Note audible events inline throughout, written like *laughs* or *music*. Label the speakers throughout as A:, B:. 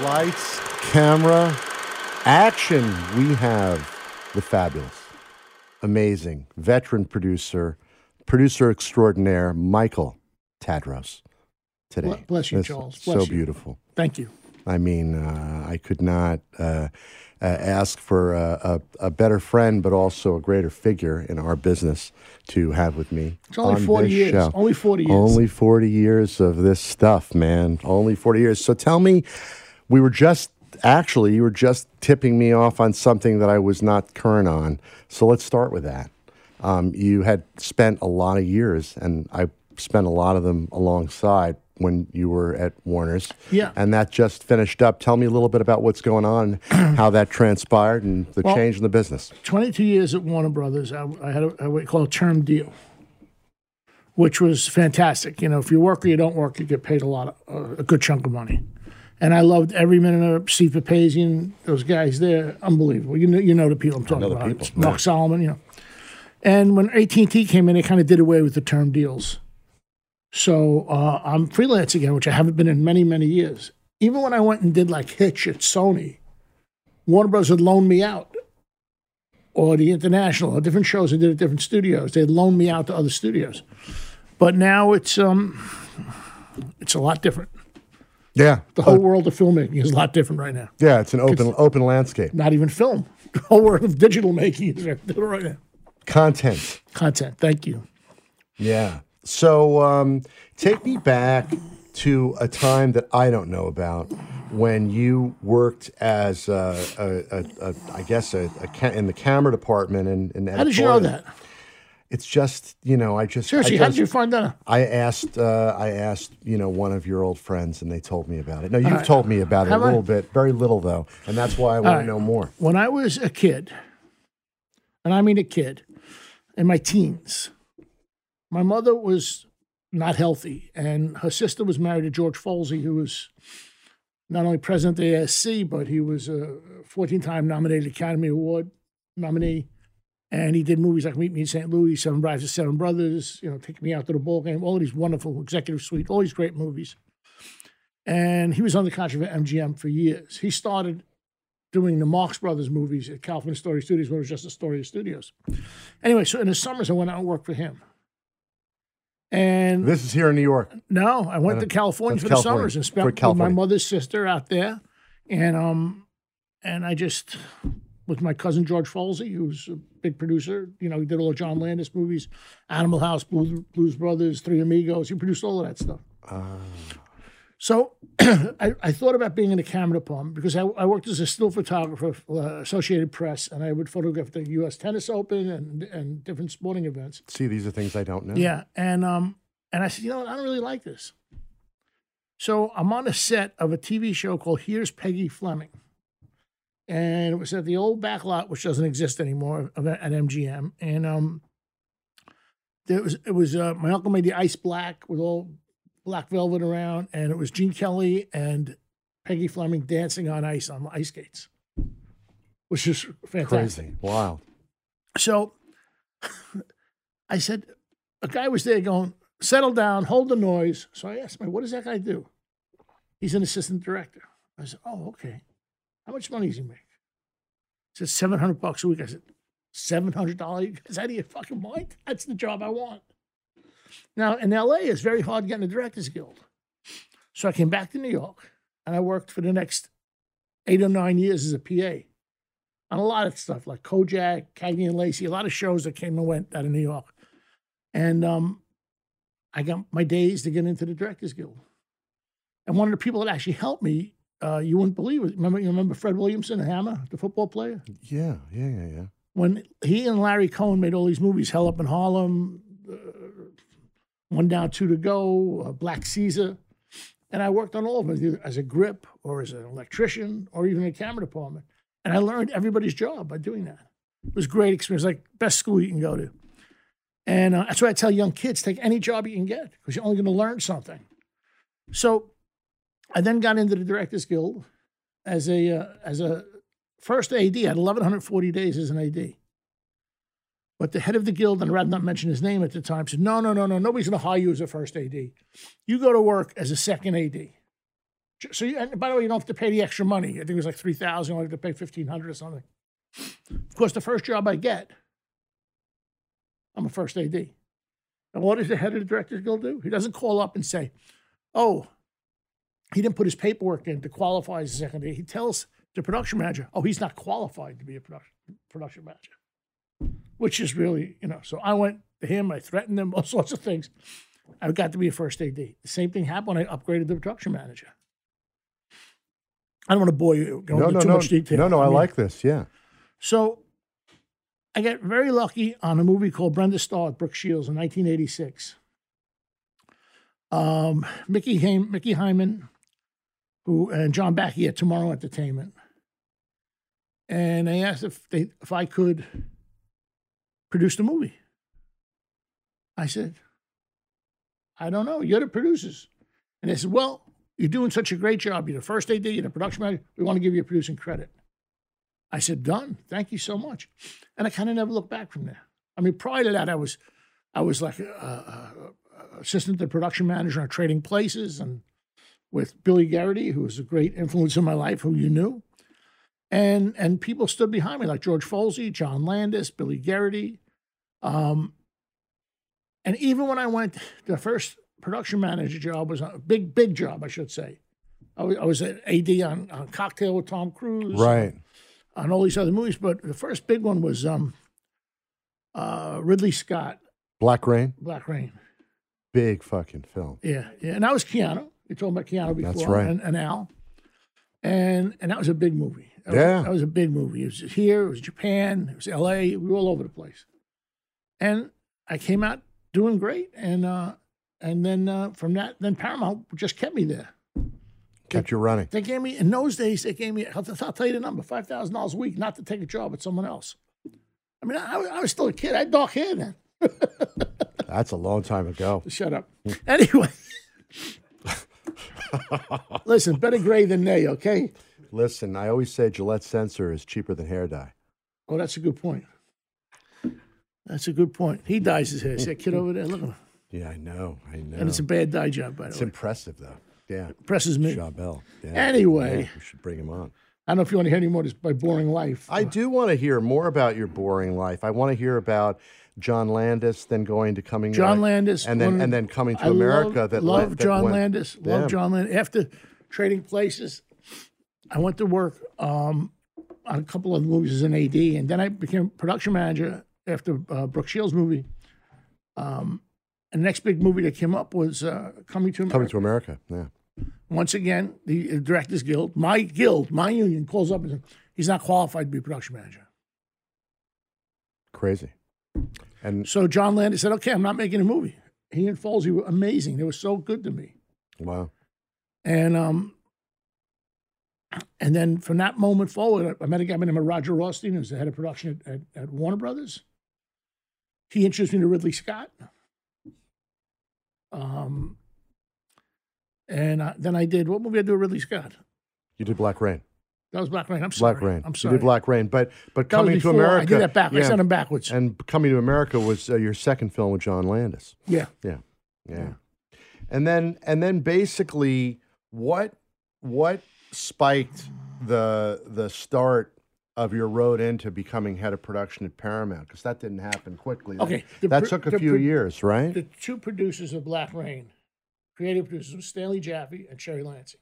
A: Lights, camera, action. We have the fabulous, amazing veteran producer, producer extraordinaire, Michael Tadros today.
B: Bl- bless you,
A: That's
B: Charles.
A: So
B: Bless you.
A: beautiful.
B: Thank you.
A: I mean, uh, I could not uh, uh, ask for a, a, a better friend, but also a greater figure in our business to have with me.
B: It's only
A: on
B: 40
A: this
B: years.
A: show.
B: Only 40 years.
A: Only 40 years of this stuff, man. Only 40 years. So tell me, we were just actually, you were just tipping me off on something that I was not current on. So let's start with that. Um, you had spent a lot of years, and I spent a lot of them alongside when you were at Warner's.
B: Yeah.
A: And that just finished up. Tell me a little bit about what's going on, *clears throat* how that transpired, and the change in the business.
B: 22 years at Warner Brothers, I, I had a, a what you call a term deal, which was fantastic. You know, if you work or you don't work, you get paid a lot, of, a good chunk of money. And I loved every minute of Steve Papazian, those guys there, unbelievable. You know, you know the people I'm talking
A: know the
B: about.
A: people,
B: It's Mark Solomon, you know. And when AT&T came in, they kind of did away with the term deals. So uh, I'm freelance again, which I haven't been in many, many years. Even when I went and did like Hitch at Sony, Warner Bros. would loan me out or the international or different shows I did at different studios. They'd loan me out to other studios. But now it's um, it's a lot different.
A: Yeah.
B: The whole world of filmmaking is a lot different right now.
A: yeah, it's an open, open landscape.
B: Not even film. *laughs* The whole world of digital making is right different right now.
A: Content.
B: Content. Thank you.
A: Yeah. So um, take me back to a time that I don't know about when you worked as uh, a, a, a, I guess a, a ca- in the camera department and, and
B: How did you know that?
A: It's just you know I just
B: Seriously,
A: I
B: how
A: just-
B: did you find that? out?
A: I asked uh, I asked you know one of your old friends and they told me about it. No, you've told me about it a
B: Have I?
A: little bit, very little though, and that's why I want
B: right.
A: to know more.
B: When I was a kid, and I mean a kid, in my teens, my mother was not healthy, and her sister was married to George Folsey, who was not only president of the ASC, but he was a 14 time nominated Academy Award nominee. And he did movies like Meet Me in St. Louis, Seven Brides and Seven Brothers, you know, Take Me Out to the Ball Game, all these wonderful executive suite, all these great movies. And he was under contract with MGM for years. He started doing the Marx Brothers movies at Kaufman Story Studios when it was just Astoria Studios. Anyway, so in the summers, I went out and worked for him. And
A: This is here in New York.
B: no, I went
A: Uh,
B: to California
A: that's California.
B: for the summers and
A: For
B: spent with my
A: California.
B: mother's sister out there, and um, and I just with my cousin George Folsey, who's a big producer. You know, he did all the John Landis movies, Animal House, Blues, Blues Brothers, Three Amigos. He produced all of that stuff.
A: Uh,
B: So *clears throat* I, I thought about being in the camera department because I, I worked as a still photographer for uh, Associated Press, and I would photograph the U.S. Tennis Open and and different sporting events.
A: See, these are things I don't know.
B: Yeah, and um, and I said, you know what, I don't really like this. So I'm on a set of a TV show called Here's Peggy Fleming, and it was at the old back lot, which doesn't exist anymore, of- at MGM. And um, there was it was uh, my uncle made the ice black with all black velvet around, and it was Gene Kelly and Peggy Fleming dancing on ice on ice skates, which is fantastic.
A: crazy, wild.
B: So I said, a guy was there going, settle down, hold the noise. So I asked him, what does that guy do? He's an assistant director. I said, oh, okay. How much money does he make? He said, 700 bucks a week. I said, $700? You guys out of your fucking mind? That's the job I want. Now, in LA, it's very hard getting a Directors Guild. So I came back to New York and I worked for the next eight or nine years as a PA on a lot of stuff like Kojak, Cagney and Lacey, a lot of shows that came and went out of New York. And um, I got my days to get into the Directors Guild. And one of the people that actually helped me, uh, you wouldn't believe it. Remember, you remember Fred Williamson, the Hammer, the football player?
A: Yeah, yeah, yeah, yeah.
B: When he and Larry Cohen made all these movies, Hell Up in Harlem, uh, One Down, Two to Go, uh, Black Caesar. And I worked on all of them either as a grip or as an electrician or even a camera department. And I learned everybody's job by doing that. It was a great experience, like best school you can go to. And uh, that's why I tell young kids take any job you can get because you're only going to learn something. So I then got into the Directors Guild as a uh, as a first AD. I had 1,140 days as an AD. But the head of the guild, and I'd rather not mention his name at the time, said, No, no, no, no, nobody's going to hire you as a first AD. You go to work as a second AD. So, you, and by the way, you don't have to pay the extra money. I think it was like three thousand. I wanted to pay fifteen hundred or something. Of course, the first job I get, I'm a first AD. And what does the head of the directors guild do? He doesn't call up and say, "Oh, he didn't put his paperwork in to qualify as a second AD." He tells the production manager, "Oh, he's not qualified to be a production production manager," which is really, you know. So I went to him. I threatened him, *laughs* all sorts of things. I got to be a first AD. The same thing happened when I upgraded the production manager. I don't want to bore you going
A: no,
B: into
A: no,
B: too
A: no,
B: much detail.
A: no, no. I
B: mean,
A: like this. Yeah.
B: So I got very lucky on a movie called Brenda Starr with Brooke Shields in 1986. Um, Mickey, Haim, Mickey Hyman who and John Backey at Tomorrow Entertainment. And they asked if they if I could produce the movie. I said, I don't know. You're the producers. And they said, Well, you're doing such a great job. You're the first AD, you're the production manager. We want to give you a producing credit. I said, done. Thank you so much. And I kind of never looked back from there. I mean, prior to that, I was, I was like a, a, a assistant to production manager on Trading Places and with Billy Garrity, who was a great influence in my life, who you knew. And, and people stood behind me, like George Folsey, John Landis, Billy Garrity. Um, and even when I went, the first production manager job was a big, big job, I should say. I was, I was an AD on, on Cocktail with Tom Cruise
A: Right.
B: um,
A: Black Rain,
B: uh, Black Rain.
A: big fucking
B: *laughs*
A: film.
B: Yeah, yeah. And that was Keanu. You told about Keanu before.
A: That's right.
B: And, and Al. And and that was a big movie. That
A: Yeah.
B: Was, that was a big movie. It was here, it was Japan, it was LA. We were all over the place. And I came out doing great. And uh, and then uh, from that, then Paramount just kept me there.
A: Kept you running.
B: They gave me in those days. They gave me. I'll, I'll tell you the number: five thousand dollars a week, not to take a job at someone else. I mean, I, I was still a kid. I had dark hair then.
A: That's a long time ago. *laughs*
B: Shut up. Anyway, listen, better gray than nay. Okay.
A: Listen, I always say Gillette Sensor is cheaper than hair dye.
B: Oh, that's a good point. That's a good point. He dyes his hair. See that kid over there? Look at him.
A: Yeah, I know. I know.
B: And it's a bad dye job, by the
A: It's
B: way.
A: impressive, though. Yeah.
B: Presses me.
A: Shaw Bell. Yeah.
B: Anyway.
A: Yeah, we should bring him on.
B: I don't know if you want to hear any more of this by boring life.
A: I do want to hear more about your boring life. I want to hear about John Landis, then going to coming
B: John
A: Like-
B: Landis
A: and then
B: one-
A: and then coming to
B: I
A: America.
B: Love,
A: that
B: love
A: that
B: John
A: went-
B: Landis. Love
A: Yeah.
B: John Landis. After Trading Places, I went to work um, on a couple of movies as an AD, and then I became production manager after uh, Brooke Shields' movie. Um, and the next big movie that came up was uh, Coming to America.
A: Coming to America. Yeah.
B: Once again, the Directors Guild, my guild, my union, calls up and says, he's not qualified to be production manager.
A: Crazy. And
B: So John Landis said, okay, I'm not making a movie. He and Falsey were amazing. They were so good to me.
A: wow.
B: and um, and then from that moment forward, I I met a guy by the name of Roger Rothstein, who's the head of production at, at, at Warner Brothers. He introduced me to Ridley Scott. Um, and uh, then I did what movie I do with Ridley Scott?
A: You did Black Rain.
B: That was Black Rain. I'm sorry.
A: Black Rain.
B: I'm sorry.
A: You did Black Rain, but but
B: That was
A: coming to
B: before-
A: America.
B: I did that backwards. I
A: Yeah,
B: sent him backwards.
A: and coming to America was uh, your second film with John Landis.
B: yeah.
A: Yeah. And then and then basically what what spiked the the start of your road into becoming head of production at Paramount because that didn't happen quickly. That-
B: Okay. The
A: That,
B: pr-
A: took a
B: the
A: few
B: pr-
A: years, right?
B: the two producers of Black Rain, creative producers, were Stanley Jaffe and Sherry Lansing.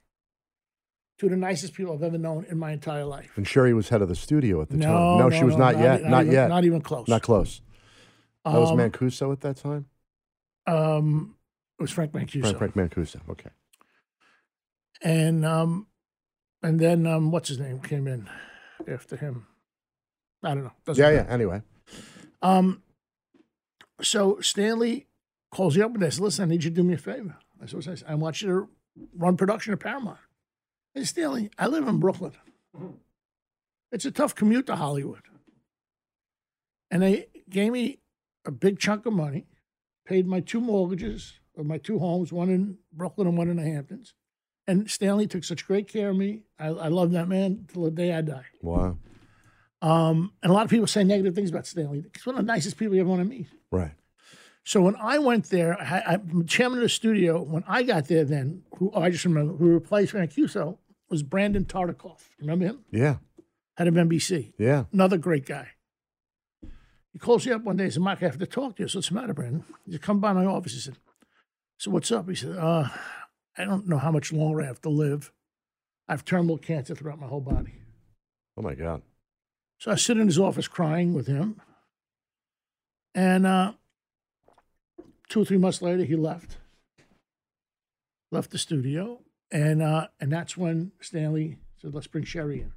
B: Two of the nicest people I've ever known in my entire life.
A: and Sherry was head of the studio at the time. No, she was not, yet.
B: e-
A: not
B: even,
A: yet.
B: Not even close.
A: Not close. That was
B: Um,
A: Mancuso at that time.
B: Um, it was Frank Mancuso.
A: Frank, Frank Mancuso. Okay.
B: And um, and then um, what's his name came in after him. I don't know. Doesn't
A: Yeah,
B: matter.
A: yeah. Anyway,
B: Um, so Stanley calls you up and says, "Listen, I need you to do me a favor." I said, "What's that?" "I want you to run production at Paramount." I said, "Stanley, I live in Brooklyn. It's a tough commute to Hollywood." And they gave me a big chunk of money, paid my two mortgages of my two homes, one in Brooklyn and one in the Hamptons. And Stanley took such great care of me. I, I love that man till the day I die.
A: wow.
B: Um, and a lot of people say negative things about Stanley. He's one of the nicest people you ever want to meet.
A: Right.
B: So when I went there, I, am chairman of the studio. When I got there, then who I just remember who replaced Mancuso was Brandon Tartikoff. Remember him?
A: Yeah.
B: Head of NBC.
A: Yeah.
B: Another great guy. He calls me up one day and said, Mike, I have to talk to you. So what's the matter, Brandon? He said, come by my office. He said, so what's up? He said, uh, I don't know how much longer I have to live. I have terminal cancer throughout my whole body.
A: Oh my God.
B: So I sit in his office crying with him. And uh, two or three months later, he left. Left the studio. And, uh, and that's when Stanley said, let's bring Sherry in.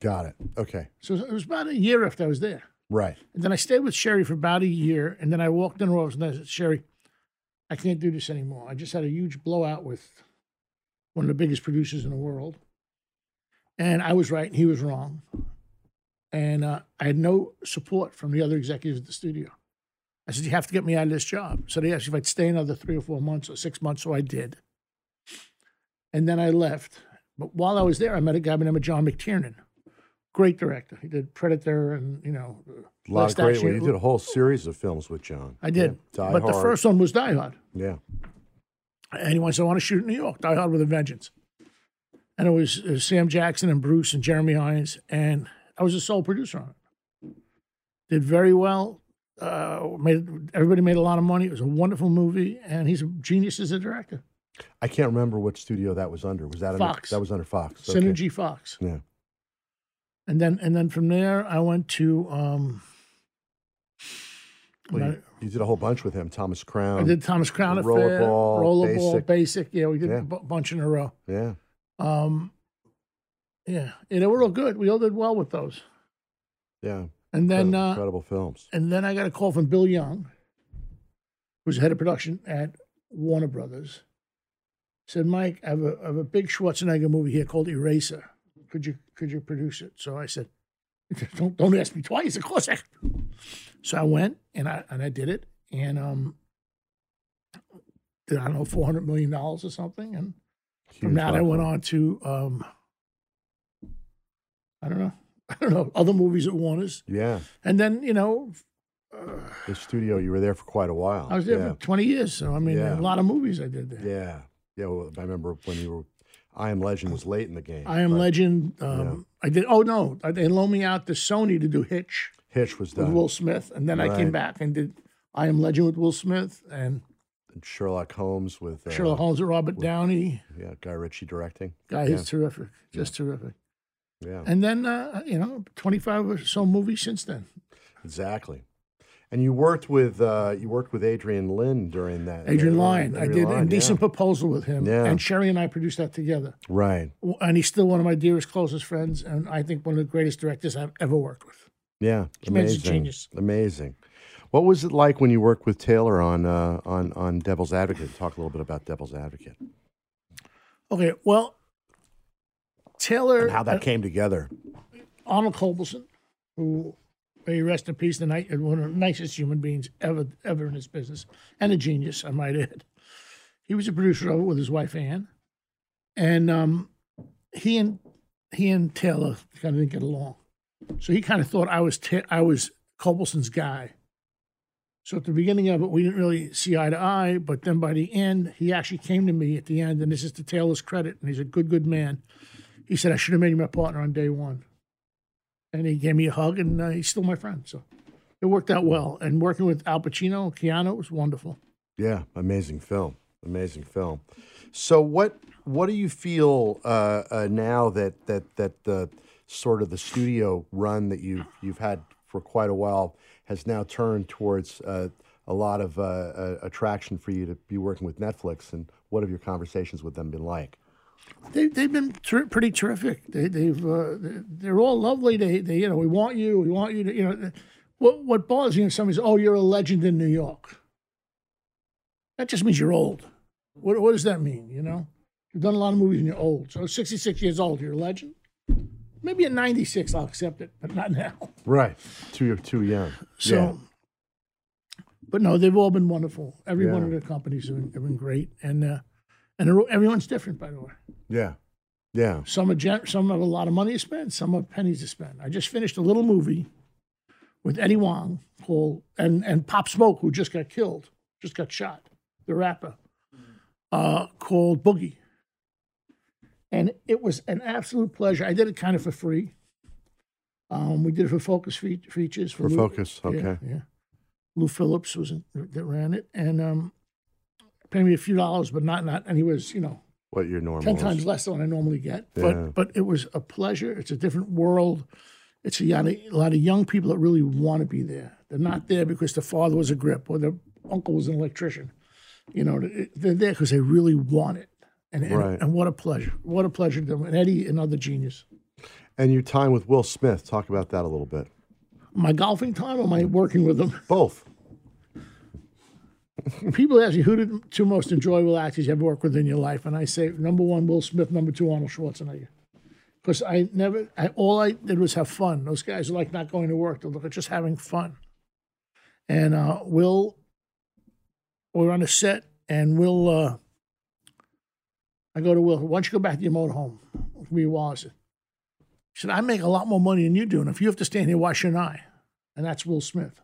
A: Got it. Okay.
B: So it was about a year after I was there.
A: Right.
B: And then I stayed with Sherry for about a year. And then I walked in her office and I said, Sherry, I can't do this anymore. I just had a huge blowout with one of the biggest producers in the world. And I was right and he was wrong. And uh, I had no support from the other executives at the studio. I said, You have to get me out of this job. So they asked if I'd stay another three or four months or six months. So I did. And then I left. But while I was there, I met a guy by the name of John McTiernan. Great director. He did Predator and, you know,
A: A lot
B: Last
A: of great.
B: Action-
A: you did a whole series of films with John.
B: I did.
A: Yeah. Die
B: but the
A: Hard.
B: first one was Die Hard.
A: Yeah.
B: And he wants, I want to shoot in New York, Die Hard with a Vengeance. And it was uh, Sam Jackson and Bruce and Jeremy Irons. And I was the sole producer on it. Did very well. Uh, made Everybody made a lot of money. It was a wonderful movie. And he's a genius as a director.
A: I can't remember what studio that was under. Was that under
B: Fox.
A: That was under Fox. Okay.
B: Synergy Fox.
A: Yeah.
B: And then and then from there, I went to, um,
A: Well,
B: I,
A: you, you did a whole bunch with him. Thomas Crown.
B: I did Thomas Crown Affair,
A: Rollerball,
B: Rollerball,
A: Basic.
B: Basic. Yeah, we did
A: Yeah.
B: a bu- bunch in a row.
A: Yeah.
B: Um, yeah, and they were all good. We all did well with those.
A: Yeah.
B: And then,
A: incredible,
B: uh,
A: incredible films.
B: and then I got a call from Bill Young, who's the head of production at Warner Brothers. Said, Mike, I have a, I have a big Schwarzenegger movie here called Eraser. Could you could you produce it? So I said, *laughs* Don't don't ask me twice. Of course I. can." So I went and I and I did it and um, did I don't know four hundred million dollars or something and. From
A: Huge
B: that, I
A: platform.
B: went on to um, I don't know, *laughs* I don't know other movies at Warner's,
A: Yeah.
B: and then you know, uh,
A: The studio. You were there for quite a while.
B: I was there
A: Yeah.
B: for twenty years, so I mean,
A: Yeah.
B: a lot of movies I did there.
A: Yeah. Yeah. Well, I remember when you were. I Am Legend was late in the game.
B: I Am
A: but
B: Legend. Um, I did. Oh no, I- they loaned me out to Sony to do Hitch
A: Hitch was
B: with
A: done.
B: Will Smith, and then I
A: Right.
B: came back and did I Am Legend with Will Smith and
A: And Sherlock Holmes with uh,
B: Sherlock Holmes with Robert Downey.
A: Yeah, Guy Ritchie directing.
B: Guy is terrific, just terrific.
A: Yeah.
B: And then uh, you know, twenty five or so movies since then.
A: Exactly. And you worked with uh, you worked with Adrian Lynn during that.
B: Adrian
A: that-
B: Lyne. I did
A: Adrian Lyne,
B: Indecent
A: yeah.
B: Proposal with him.
A: Yeah.
B: And Sherry and I produced that together.
A: Right.
B: And he's still one of my dearest, closest friends, and I think one of the greatest directors I've ever worked with.
A: Yeah.
B: man's a
A: Amazing.
B: genius.
A: Amazing. What was it like when you worked with Taylor on uh, on on Devil's Advocate? Talk a little bit about Devil's Advocate
B: Okay, well, Taylor
A: and how that came together.
B: Arnold Cobleson, who may he rest in peace, the ni- one of the nicest human beings ever ever in this business, and a genius, I might add. He was a producer of it with his wife Ann, and um, he and he and Taylor kind of didn't get along, so he kind of thought I was ta- I was Cobleson's guy. So at the beginning of it, we didn't really see eye to eye, but then by the end, he actually came to me at the end, and this is to Taylor's credit, and he's a good, good man. He said, I should have made you my partner on day one and he gave me a hug, and uh, he's still my friend. So it worked out well. And working with Al Pacino and Keanu was wonderful.
A: Yeah, amazing film. Amazing film. So what what do you feel uh, uh, now that that that the sort of the studio run that you you've had for quite a while has now turned towards uh, a lot of uh, uh, attraction for you to be working with Netflix and what have your conversations with them been like?
B: They, they've been ter- pretty terrific. They, they've uh, they- they're all lovely. They, they you know we want you. We want you to you know. What what bothers you? If somebody says, "Oh, you're a legend in New York," that just means you're old. What what does that mean? You know, you've done a lot of movies and you're old. So 66 years old, you're a legend. Maybe at 96, I'll accept it, but not now.
A: Right. Too too young.
B: So,
A: yeah.
B: but no, they've all been wonderful. Every one of
A: Yeah.
B: the companies have been, have been great, and uh, and they're all- everyone's different, by the way.
A: yeah. Yeah.
B: Some are gen- some have a lot of money to spend, some have pennies to spend. I just finished a little movie with Eddie Wong, who and and Pop Smoke, who just got killed, just got shot, the rapper, uh, called Boogie. And it was an absolute pleasure. I did it kind of for free. Um, we did it for Focus fe- features
A: For
B: Lou-
A: focus,
B: Mm, yeah,
A: okay.
B: yeah. Lou Phillips was in, that ran it, and um, paid me a few dollars, but not not, and he was you know
A: What your normal?
B: ten
A: is.
B: times less than what I normally get.
A: Yeah.
B: But but it was a pleasure. It's a different world. It's a lot of, a lot of young people that really want to be there. They're not there because their father was a grip or their uncle was an electrician. You know, it- they're there because they really want it. And, and,
A: Right.
B: and what a pleasure. What a pleasure to them. And Eddie, another genius.
A: And your time with Will Smith. Talk about that a little bit.
B: My golfing time or my working with them?
A: Both.
B: People ask me who the two most enjoyable actors you ever worked with in your life, and I say number one Will Smith, number two Arnold Schwarzenegger, because I never, I, all I did was have fun. Those guys are like not going to work; they're like just having fun. And uh, Will, we were on a set, and Will, uh, I go to Will. Why don't you go back to your motorhome? We was. He said, "I make a lot more money than you do, and if you have to stand here, why shouldn't I?" And that's Will Smith.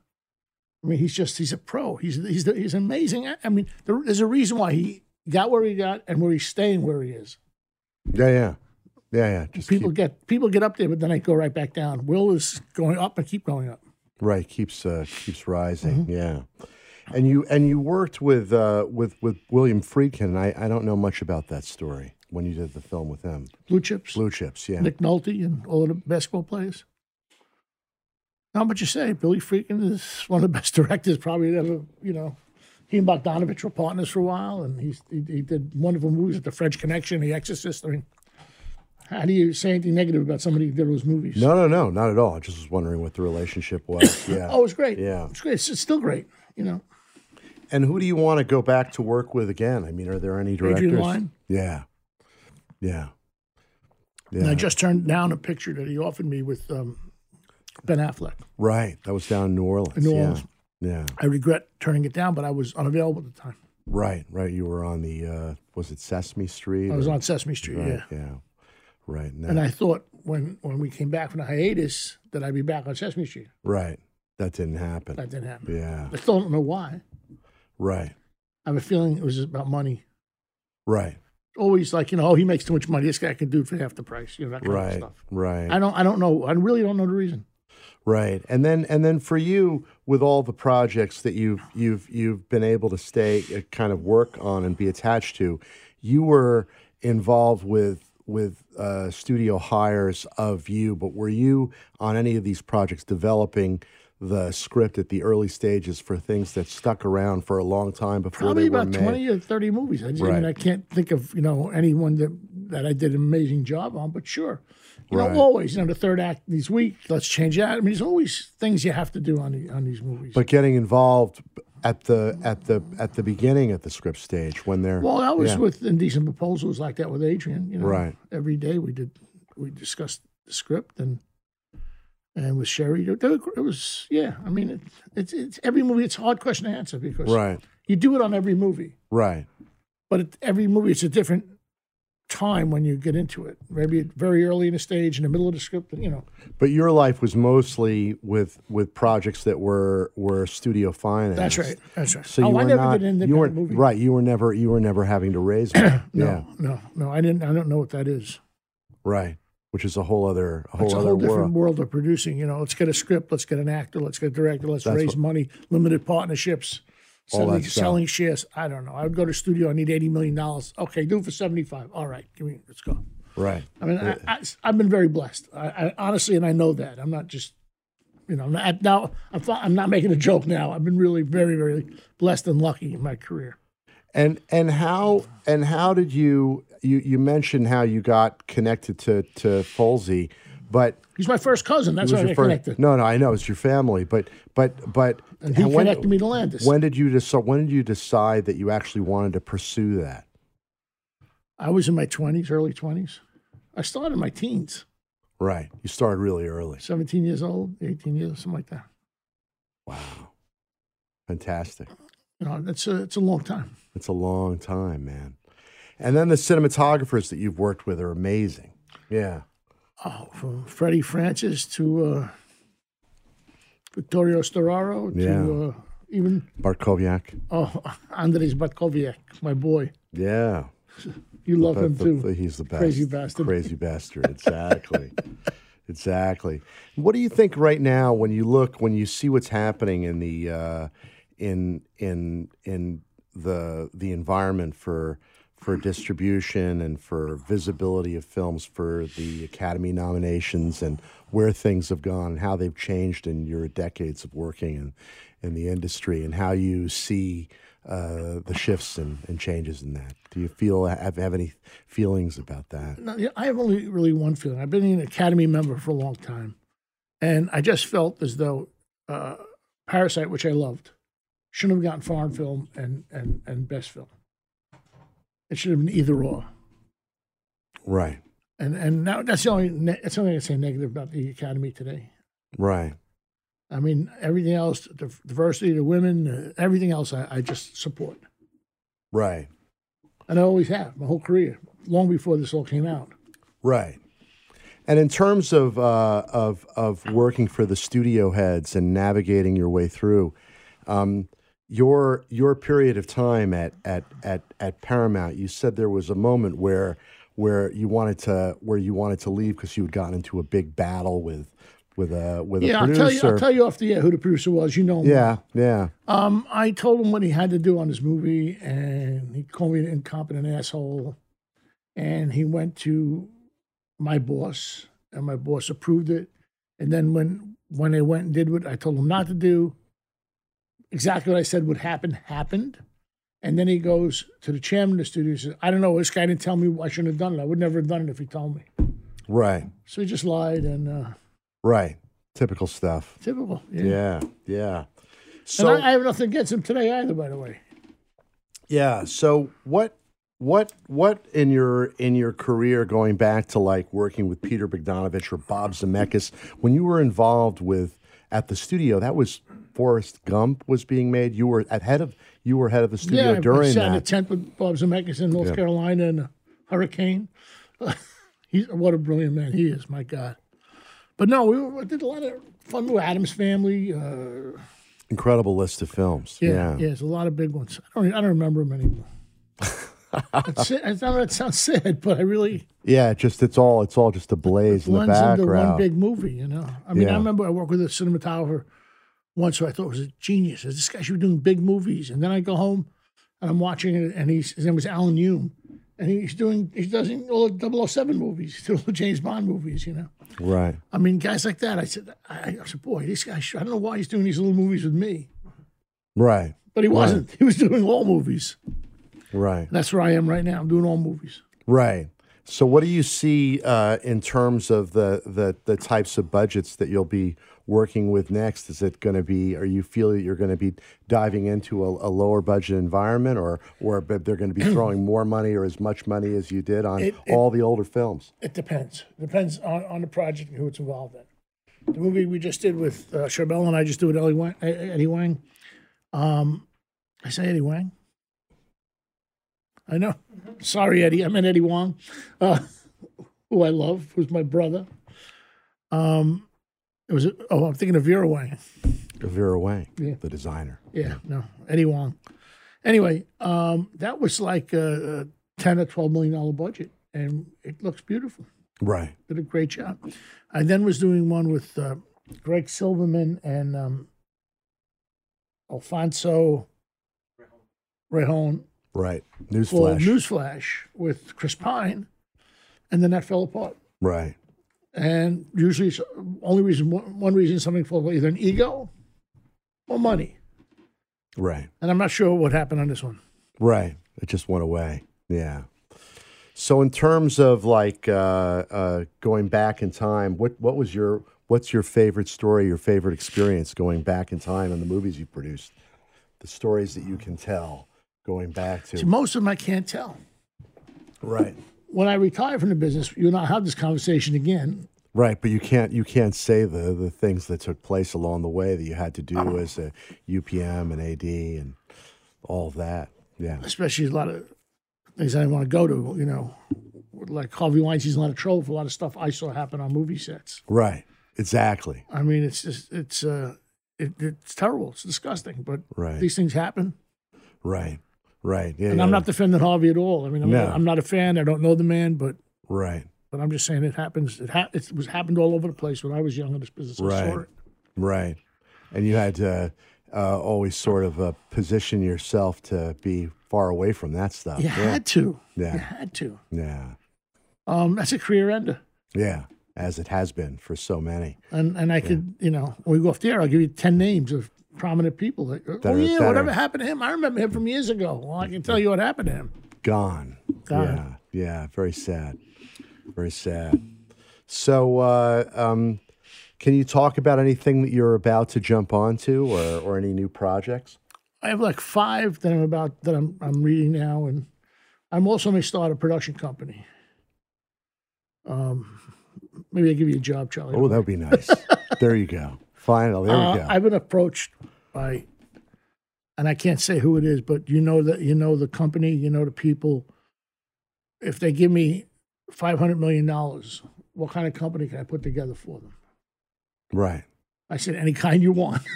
B: I mean, he's just he's a pro. He's he's the, he's amazing. I- I mean, there, there's a reason why he got where he got and where he's staying where he is.
A: Yeah, yeah, yeah, yeah. Just
B: People
A: keep,
B: get people get up there, but then they go right back down. Will is going up and keep going up.
A: right keeps uh, keeps
B: Mm-hmm.
A: rising. Yeah. And you and you worked with uh, with with William Friedkin. I I don't know much about that story when you did the film with him.
B: Blue chips,
A: Blue Chips. Yeah.
B: Nick Nolte, and all of the basketball players. Not much to say. Billy Freakin is one of the *laughs* best directors probably ever. You know, he and Bogdanovich were partners for a while, and he's, he he did wonderful movies at The French Connection, The Exorcist. I mean, how do you say anything negative about somebody who did those movies?
A: No, no, no, not at all. I just was wondering what the relationship
B: *coughs*
A: was. Yeah.
B: Oh, it was great.
A: Yeah.
B: it's great. It's, it's still great. You know,
A: And who do you want to go back to work with again? I mean, are there any directors?
B: Adrian Lyne.
A: Yeah. Yeah.
B: And I
A: Yeah.
B: just turned down a picture that he offered me with um, Ben Affleck.
A: Right. That was down in New Orleans.
B: New
A: yeah.
B: Orleans.
A: Yeah.
B: I regret turning it down, but I was unavailable at the time.
A: Right. Right. You were on the uh was it Sesame Street?
B: I was
A: or-
B: on Sesame Street,
A: right,
B: yeah.
A: Yeah. Right. and
B: And
A: that-
B: I thought when when we came back from the hiatus that I'd be back on Sesame Street.
A: right. That didn't happen.
B: That didn't happen.
A: yeah.
B: I still don't know why.
A: Right.
B: I have a feeling it was about money.
A: Right.
B: Always like you know, oh, he makes too much money. This guy can do it for half the price. You know that kind of
A: Right.
B: stuff.
A: Right.
B: I don't. I don't know. I really don't know the reason.
A: Right. And then and then for you with all the projects that you've you've you've been able to stay uh, kind of work on and be attached to, you were involved with with uh, studio hires of you, but were you on any of these projects developing the script at the early stages for things that stuck around for a long time before
B: Probably
A: they were
B: about
A: made?
B: twenty or thirty movies. I, just, I
A: Right.
B: mean, I can't think of you know anyone that that I did an amazing job on, but sure, you
A: Right.
B: know, always you know the third act these week. Let's change that. I mean, there's always things you have to do on the, on these movies.
A: But getting involved at the at the at the beginning at the script stage when they're
B: well, I was
A: yeah.
B: with indecent proposals like that with Adrian. You know,
A: Right.
B: Every day we did we discussed the script and and with Sherry, it it was yeah. I mean, it, it's it's every movie. It's a hard question to answer because
A: right,
B: you do it on every movie.
A: right,
B: but it, every movie it's a different time when you get into it maybe very early in the stage in the middle of the script you know
A: But your life was mostly with with projects that were were studio financed.
B: that's right that's right
A: So you
B: oh
A: were
B: i never
A: not,
B: did an
A: you were
B: independent movie
A: right. You were never you were never having to raise money.
B: *clears throat* no
A: Yeah,
B: no no i didn't i don't know what that is
A: right. Which is a whole other a whole
B: it's a
A: other
B: whole different
A: world.
B: world of producing you know let's get a script let's get an actor let's get a director let's
A: That's
B: raise
A: what-
B: money limited partnerships
A: All that
B: selling,
A: stuff.
B: selling shares i don't know i would go to studio i need 80 million dollars okay do it for 75 all right give me let's go
A: Right.
B: I mean, I, I, I've been very blessed. I, I honestly, and I know that. I'm not just, you know, I'm not, now I'm, fi- I'm not making a joke. Now I've been really very, very blessed and lucky in my career.
A: And and how and how did you you you mentioned how you got connected to to Folsey, but
B: He's my first cousin. That's
A: it was
B: why I
A: your
B: got
A: first-
B: connected.
A: No, no, I know it's your family, but but but
B: and he
A: and when,
B: connected me to Landis.
A: when did you decide when did you decide that you actually wanted to pursue that?
B: I was in my 20s, early 20s. I started in my teens,
A: Right. You started really early.
B: 17 years old, 18 years, something like that.
A: Wow. Fantastic.
B: You know, it's a, it's a long time.
A: It's a long time, man. And then the cinematographers that you've worked with are amazing. Yeah.
B: Oh, from Freddie Francis to uh, Vittorio Storaro to
A: Yeah.
B: uh, even
A: Barkoviak.
B: oh *laughs* Andres Batkoviak, my boy.
A: Yeah.
B: You love him
A: But-
B: too.
A: but He's the best.
B: Crazy bastard.
A: Crazy bastard. Exactly. *laughs* exactly. What do you think right now when you look when you see what's happening in the uh, in in in the the environment for for distribution and for visibility of films for the Academy nominations and where things have gone and how they've changed in your decades of working in, in the industry and how you see uh, the shifts and, and changes in that. Do you feel have, have any feelings about that?
B: No, yeah, I have only really one feeling. I've been an Academy member for a long time, and I just felt as though uh, Parasite, which I loved, shouldn't have gotten foreign film and and and best film. It should have been either or.
A: Right.
B: And and now that's the only ne- that's the only thing I can say negative about the Academy today.
A: Right.
B: I mean, everything else, the diversity, the women, uh, everything else, I, I just support,
A: Right.
B: and I always have my whole career, long before this all came out.
A: Right. And in terms of uh, of of working for the studio heads and navigating your way through, um, your your period of time at at at at Paramount, you said there was a moment where where you wanted to where you wanted to leave because you had gotten into a big battle with with a with a
B: Yeah, I'll
A: producer.
B: tell you. I'll tell you off the air who the producer was. You know him.
A: yeah, yeah,
B: Um, I told him what he had to do on his movie, and he called me an incompetent asshole. And he went to my boss, and my boss approved it. And then when when they went and did what I told him not to do, exactly what I said would happen happened. And then he goes to the chairman of the studio and says, "I don't know. This guy didn't tell me. I shouldn't have done it. I would never have done it if he told me."
A: right,
B: So he just lied and uh,
A: right. Typical stuff.
B: typical.
A: Yeah, yeah.
B: Hmm. And
A: So
B: I, I have nothing against him today either, by the way.
A: Yeah. So what what what in your in your career going back to like working with Peter Bogdanovich or Bob Zemeckis when you were involved with at the studio that was Forrest Gump was being made. You were at head of you were head of the studio
B: yeah, I
A: during
B: sat in a
A: that.
B: tent with Bob Zemeckis in North Carolina in a hurricane. *laughs* He's what a brilliant man he is, my God. But no, we were- did a lot of fun with Adam's Family. Uh,
A: Incredible list of films.
B: yeah, yeah, it's a lot of big ones. I don't, I don't remember them
A: *laughs*
B: anymore. That's it. I know that sounds sad, but I really
A: Yeah, it just it's all it's all just a blaze in the
B: blends into one
A: background.
B: big movie, you know. I mean,
A: Yeah.
B: I remember I worked with a cinematographer once who I thought was a genius. I said, This guy should be doing big movies. And then I go home and I'm watching it, and he's, his name was Alan Hume. And he's doing, he's doing all the 007 movies, *laughs* he's doing all the James Bond movies, you know.
A: right.
B: I mean, guys like that. I said, I, I said, boy, this guy, should, I don't know why he's doing these little movies with me.
A: Right.
B: But he wasn't. *laughs* He was doing all movies.
A: Right.
B: And that's where I am right now. I'm doing all movies.
A: Right. So, what do you see uh, in terms of the, the the types of budgets that you'll be working with next? Is it going to be? Are you feel that you're going to be diving into a, a lower budget environment, or or but they're going to
B: *clears throat*
A: be throwing more money or as much money as you did on all the older films?
B: It depends. It depends on, on the project and who it's involved in. The movie we just did with uh, Charbel and I just did with Ellie Wang, eh, eh, Eddie Wang. Um, I say Eddie Wang. I know. Sorry, Eddie. I meant Eddie Wang, uh, *laughs* who I love, who's my brother. Um, it was oh, I'm thinking of Vera Wang.
A: Vera Wang,
B: Yeah.
A: the designer.
B: Yeah, no, Eddie Wong. Anyway, um, that was like a, a ten or twelve million dollar budget, and it looks beautiful
A: Right.
B: did a great job. I then was doing one with uh, Greg Silverman and um, Alfonso Rejon
A: Right.
B: for
A: Newsflash.
B: Newsflash with Chris Pine, and then that fell apart.
A: right.
B: And usually, it's only reason one one reason something falls apart either an ego or money.
A: Right.
B: And I'm not sure what happened on this one.
A: Right. It just went away. Yeah. So in terms of like uh, uh, going back in time, what what was your what's your favorite story, your favorite experience going back in time in the movies you produced, the stories that you can tell going back
B: See,
A: to
B: most of them I can't tell.
A: right,
B: When I retire from the business, you and I'll have this conversation again
A: right. But you can't you can't say the the things that took place along the way that you had to
B: Uh-huh.
A: do as a UPM and AD and all of that. Yeah,
B: especially a lot of things I didn't want to go to, you know, like Harvey Weinstein's a lot of troll for a lot of stuff I saw happen on movie sets.
A: right. Exactly.
B: I mean, it's just, it's, uh, it, it's terrible. It's disgusting. But
A: Right.
B: these things happen.
A: Right. Right. Yeah.
B: And
A: yeah,
B: I'm not defending Harvey at all. I mean, I'm,
A: No.
B: I'm not a fan. I don't know the man, but
A: Right.
B: but I'm just saying it happens. It, ha- it was happened all over the place when I was young in this business. I saw
A: Right.
B: it.
A: Right. And you had to uh, always sort of uh, position yourself to be far away from that stuff.
B: You
A: Yeah.
B: had to. You
A: Yeah.
B: had to.
A: Yeah.
B: Um, that's a career ender.
A: Yeah. As it has been for so many.
B: And and I could, you know, when we go off the air, I'll give you 10 names of prominent people. That, oh,
A: are-
B: yeah,
A: that
B: whatever
A: are-
B: happened to him. I remember him from years ago. Well, I can tell you what happened to him.
A: Gone.
B: Gone.
A: Yeah. Yeah. Very sad. Very sad. So, uh, um, can you talk about anything that you're about to jump onto or, or any new projects?
B: I have like five that I'm about that I'm I'm reading now, and I'm also going to start a production company. Um, maybe I give you a job, Charlie.
A: Oh, that would be nice. there you go. Finally, there
B: Uh,
A: we go.
B: I've been approached by, and I can't say who it is, but you know that you know the company, you know the people. If they give me five hundred million dollars, what kind of company can I put together for them?
A: right. *laughs*
B: I said any kind you want. *laughs*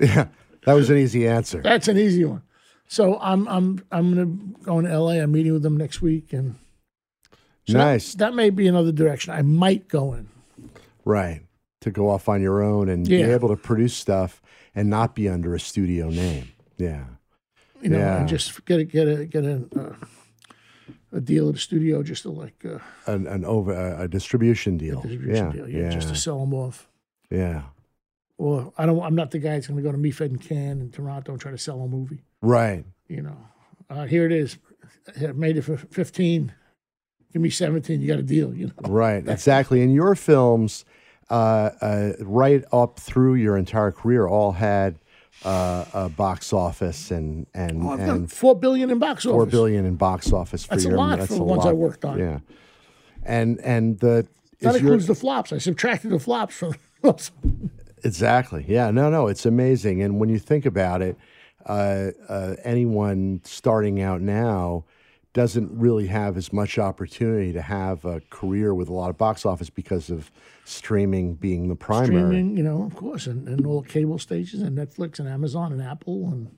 A: Yeah. That was an easy answer.
B: That's an easy one. So I'm I'm I'm gonna go to LA. I'm meeting with them next week, and so that-
A: nice.
B: That, may be another direction I might go in.
A: Right. To go off on your own and be
B: Yeah.
A: able to produce stuff and not be under a studio name. Yeah.
B: You know,
A: Yeah.
B: and just get a get a get a uh, a deal at a studio just to like uh,
A: An, an over a, a distribution deal. Oh,
B: distribution
A: yeah.
B: deal, yeah,
A: Yeah.
B: just to sell them off.
A: yeah.
B: Or I don't. I'm not the guy that's going to go to Meatfed and Can in Toronto and try to sell a movie.
A: Right.
B: You know, uh, here it is. I made it for 15. Give me 17. You got a deal. You
A: *laughs*
B: know.
A: Right. Exactly. And your films, uh, uh, right up through your entire career, all had uh, a box office and and
B: Oh, I've done
A: and
B: four billion in box
A: four
B: office.
A: billion in box office for
B: That's a
A: your.
B: lot for the ones I
A: lot.
B: worked on.
A: Yeah. And and the
B: That
A: is your-
B: includes the flops. I subtracted the flops from. *laughs* Well,
A: Exactly. Yeah. No. No. It's amazing. And when you think about it, uh, uh, anyone starting out now doesn't really have as much opportunity to have a career with a lot of box office because of streaming being the primary.
B: streaming, you know, of course, and, and all cable stations and Netflix and Amazon and Apple and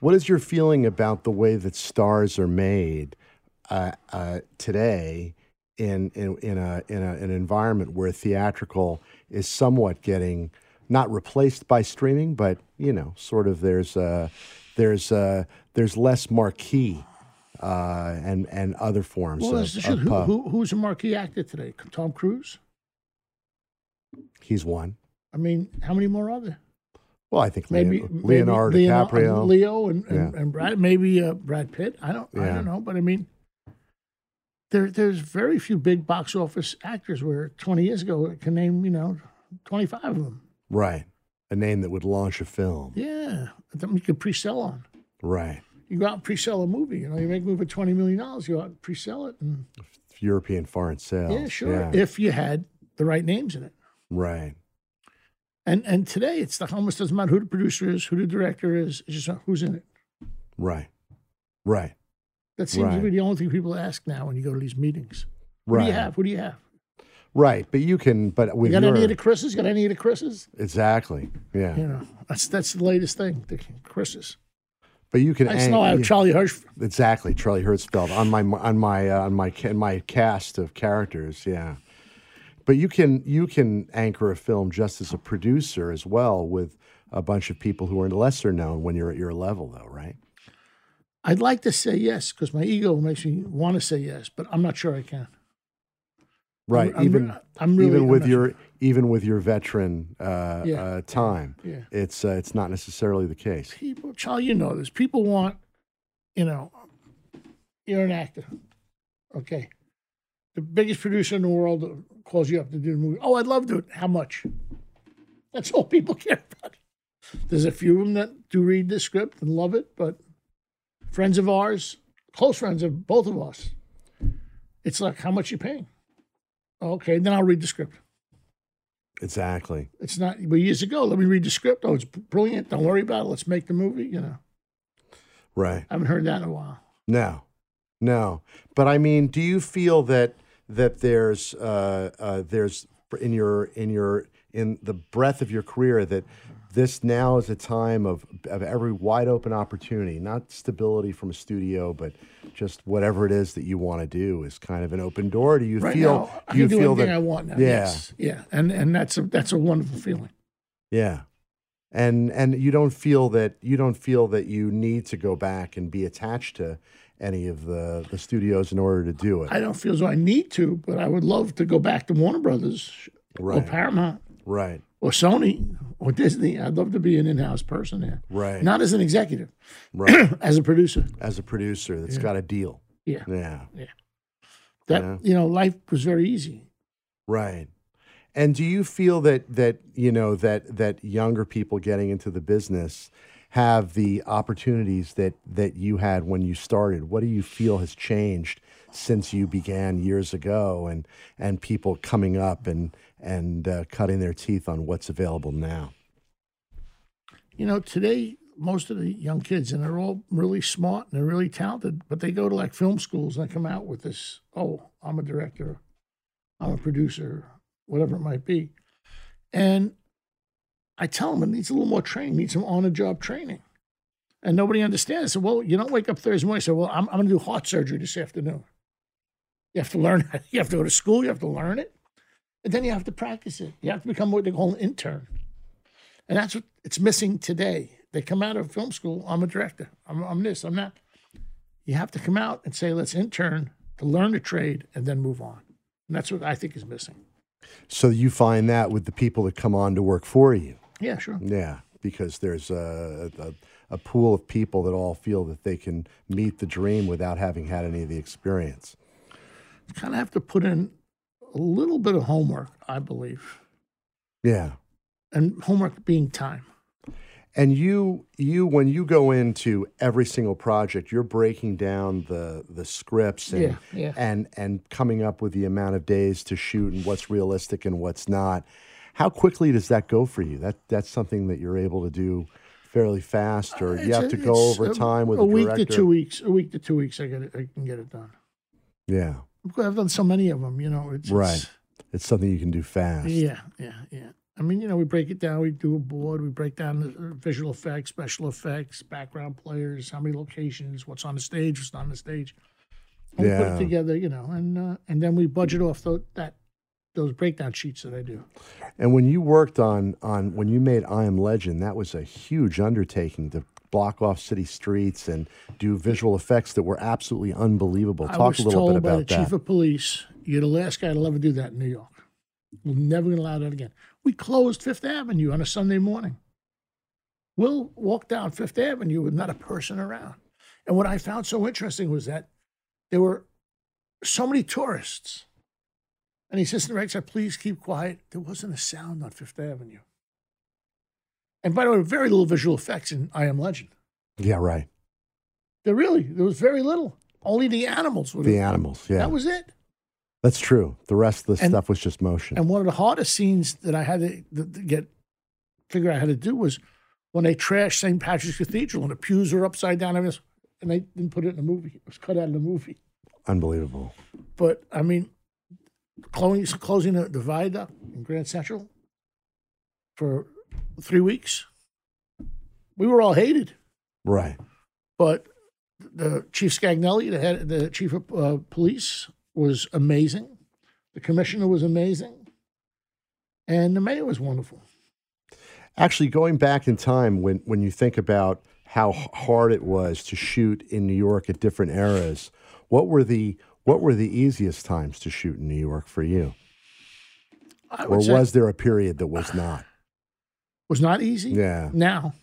A: What is your feeling about the way that stars are made uh, uh, today in, in, in, a, in, a, an environment where theatrical is somewhat getting not replaced by streaming, but you know, sort of there's uh, there's uh, there's less marquee uh, and and other forms
B: well, that's
A: of,
B: the
A: of
B: shit. Who,
A: pub.
B: who, who's a marquee actor today? Tom Cruise.
A: He's one.
B: I mean, how many more are there?
A: Well, I think Leon-
B: Maybe
A: Leonardo
B: maybe Leon- uh,
A: DiCaprio.
B: Leo, and, and,
A: Yeah.
B: and Brad. Maybe uh, Brad Pitt. I don't. I
A: Yeah.
B: don't know, but I mean, there there's very few big box office actors. Where 20 years ago, I can name you know 25 of them.
A: right, a name that would launch a film.
B: Yeah, that you could pre-sell on.
A: Right,
B: You go out and pre-sell a movie. You know, you make a movie for 20 million dollars. You go out and pre-sell it and.
A: European foreign sales.
B: Yeah, sure.
A: Oh, Yeah.
B: If you had the right names in it.
A: right.
B: And and today it's the almost doesn't matter who the producer is, who the director is, it's just who's in it.
A: Right. Right.
B: That seems to be
A: Right.
B: the only thing people ask now when you go to these meetings. What
A: Right.
B: do you have? What do you have?
A: Right. But you can but
B: You
A: with
B: got
A: your
B: any of the Chris's? Got any of the Chris's?
A: Exactly. Yeah.
B: You know, that's that's the latest thing, the Chris's.
A: But you can
B: I
A: ang-
B: just know how
A: you-
B: Charlie Hirsch.
A: Exactly. Charlie Hertzfeld on my on my uh, on my ca- in my cast of characters, yeah. But you can you can anchor a film just as a producer as well with a bunch of people who are lesser known when you're at your level though, right?
B: I'd like to say yes because my ego makes me want to say yes, but I'm not sure I can.
A: Right.
B: I'm- I'm,
A: even
B: I'm really
A: even
B: I'm
A: with
B: not
A: your even with your veteran uh,
B: Yeah.
A: uh, time.
B: sure. yeah.
A: It's uh, it's not necessarily the case.
B: people, Charlie, you know this. People want, you know, you're an actor. Okay. The biggest producer in the world calls you up to do a movie. Oh, I'd love to. do it. How much? That's all people *laughs* care about. There's a few of them that do read the script and love it, but friends of ours, close friends of both of us, it's like, how much you paying? Okay, then I'll read the script.
A: Exactly.
B: It's not, but years ago, let me read the script. Oh, it's brilliant. Don't worry about it. Let's make the movie, you know.
A: Right.
B: I haven't heard that in a while.
A: No, no. But I mean, do you feel that that there's uh, uh, there's in your in your in the breadth of your career that this now is a time of, of every wide open opportunity, not stability from a studio, but just whatever it is that you want to do is kind of an open door. Do you
B: Right
A: feel
B: now, I
A: do you
B: can do
A: feel
B: anything
A: that
B: I want now.
A: Yeah.
B: Yes. Yeah. And and that's a that's a wonderful feeling.
A: Yeah. And and you don't feel that you don't feel that you need to go back and be attached to any of the, the studios in order to do it.
B: I don't feel as though I need to, but I would love to go back to Warner Brothers or
A: right.
B: Paramount
A: right.
B: or Sony or Disney. I'd love to be an in-house person there.
A: Right.
B: Not as an executive, *clears throat*
A: right.
B: as a producer.
A: As a producer that's got a deal.
B: Yeah.
A: Yeah.
B: That
A: Yeah.
B: you know, life was very easy.
A: Right. And do you feel that that you know that that younger people getting into the business have the opportunities that that you had when you started? What do you feel has changed since you began years ago, and and people coming up and and uh, cutting their teeth on what's available now?
B: You know, today most of the young kids and they're all really smart and they're really talented, but they go to like film schools and they come out with this, oh, I'm a director, I'm a producer, whatever it might be. And I tell them it needs a little more training, needs some on the job training. And nobody understands. I said, well, you don't wake up Thursday morning and say, well, I'm, I'm going to do heart surgery this afternoon. You have to learn, *laughs* you have to go to school, you have to learn it. And then you have to practice it. You have to become what they call an intern. And that's what it's missing today. They come out of film school, I'm a director, I'm, I'm this, I'm that. You have to come out and say, let's intern to learn the trade and then move on. And that's what I think is missing.
A: So you find that with the people that come on to work for you.
B: Yeah, sure.
A: Yeah, because there's a, a, a pool of people that all feel that they can meet the dream without having had any of the experience.
B: Kind of have to put in a little bit of homework, I believe,
A: Yeah.
B: and homework being time.
A: And you you when you go into every single project, you're breaking down the the scripts and
B: Yeah, yeah.
A: and and coming up with the amount of days to shoot and what's realistic and what's not. How quickly does that go for you? That that's something that you're able to do fairly fast, or you
B: Uh, It's
A: have
B: a-
A: to go
B: it's
A: over
B: a-
A: time with
B: a
A: the
B: week
A: director.
B: to two weeks. A week to two weeks, I get it. I can get it done.
A: Yeah,
B: I've done so many of them, you know. It's,
A: Right.
B: It's,
A: it's something you can do fast.
B: Yeah, yeah, yeah. I mean, you know, we break it down. We do a board. We break down the uh, visual effects, special effects, background players, how many locations, what's on the stage, what's not on the stage. And we put
A: Yeah.
B: it together, you know, and uh, and then we budget off tho- that those breakdown sheets that I do.
A: And when you worked on on when you made I Am Legend, that was a huge undertaking to block off city streets and do visual effects that were absolutely unbelievable.
B: I
A: Talk
B: was
A: a little
B: told
A: bit
B: by the
A: about that.
B: chief of police, "You're the last guy to ever do that in New York. We're never going to allow that again." We closed Fifth Avenue on a Sunday morning. We'll walk down Fifth Avenue with not a person around. And what I found so interesting was that there were so many tourists. And the assistant director said, please keep quiet. There wasn't a sound on Fifth Avenue. And by the way, very little visual effects in I Am Legend.
A: yeah, right.
B: There really, there was very little. Only the animals were
A: The animals. Yeah,
B: That was it.
A: that's true. The rest of the
B: And-
A: stuff was just motion.
B: And one of the hardest scenes that I had to, to- to get figure out how to do was when they trashed St. Patrick's Cathedral and the pews were upside down and, everything, and they didn't put it in the movie. It was cut out of the movie.
A: Unbelievable.
B: But I mean, closing closing the, the viaduct in Grand Central for three weeks. We were all hated,
A: Right.
B: but the Chief Scagnelli, the head, the chief of uh, police, was amazing. The commissioner was amazing, and the mayor was wonderful.
A: Actually, going back in time, when when you think about how h- hard it was to shoot in New York at different eras, what were the what were the easiest times to shoot in New York for you?
B: I
A: Or
B: would say
A: was there a period that was
B: *sighs*
A: not?
B: was not easy.
A: Yeah.
B: Now,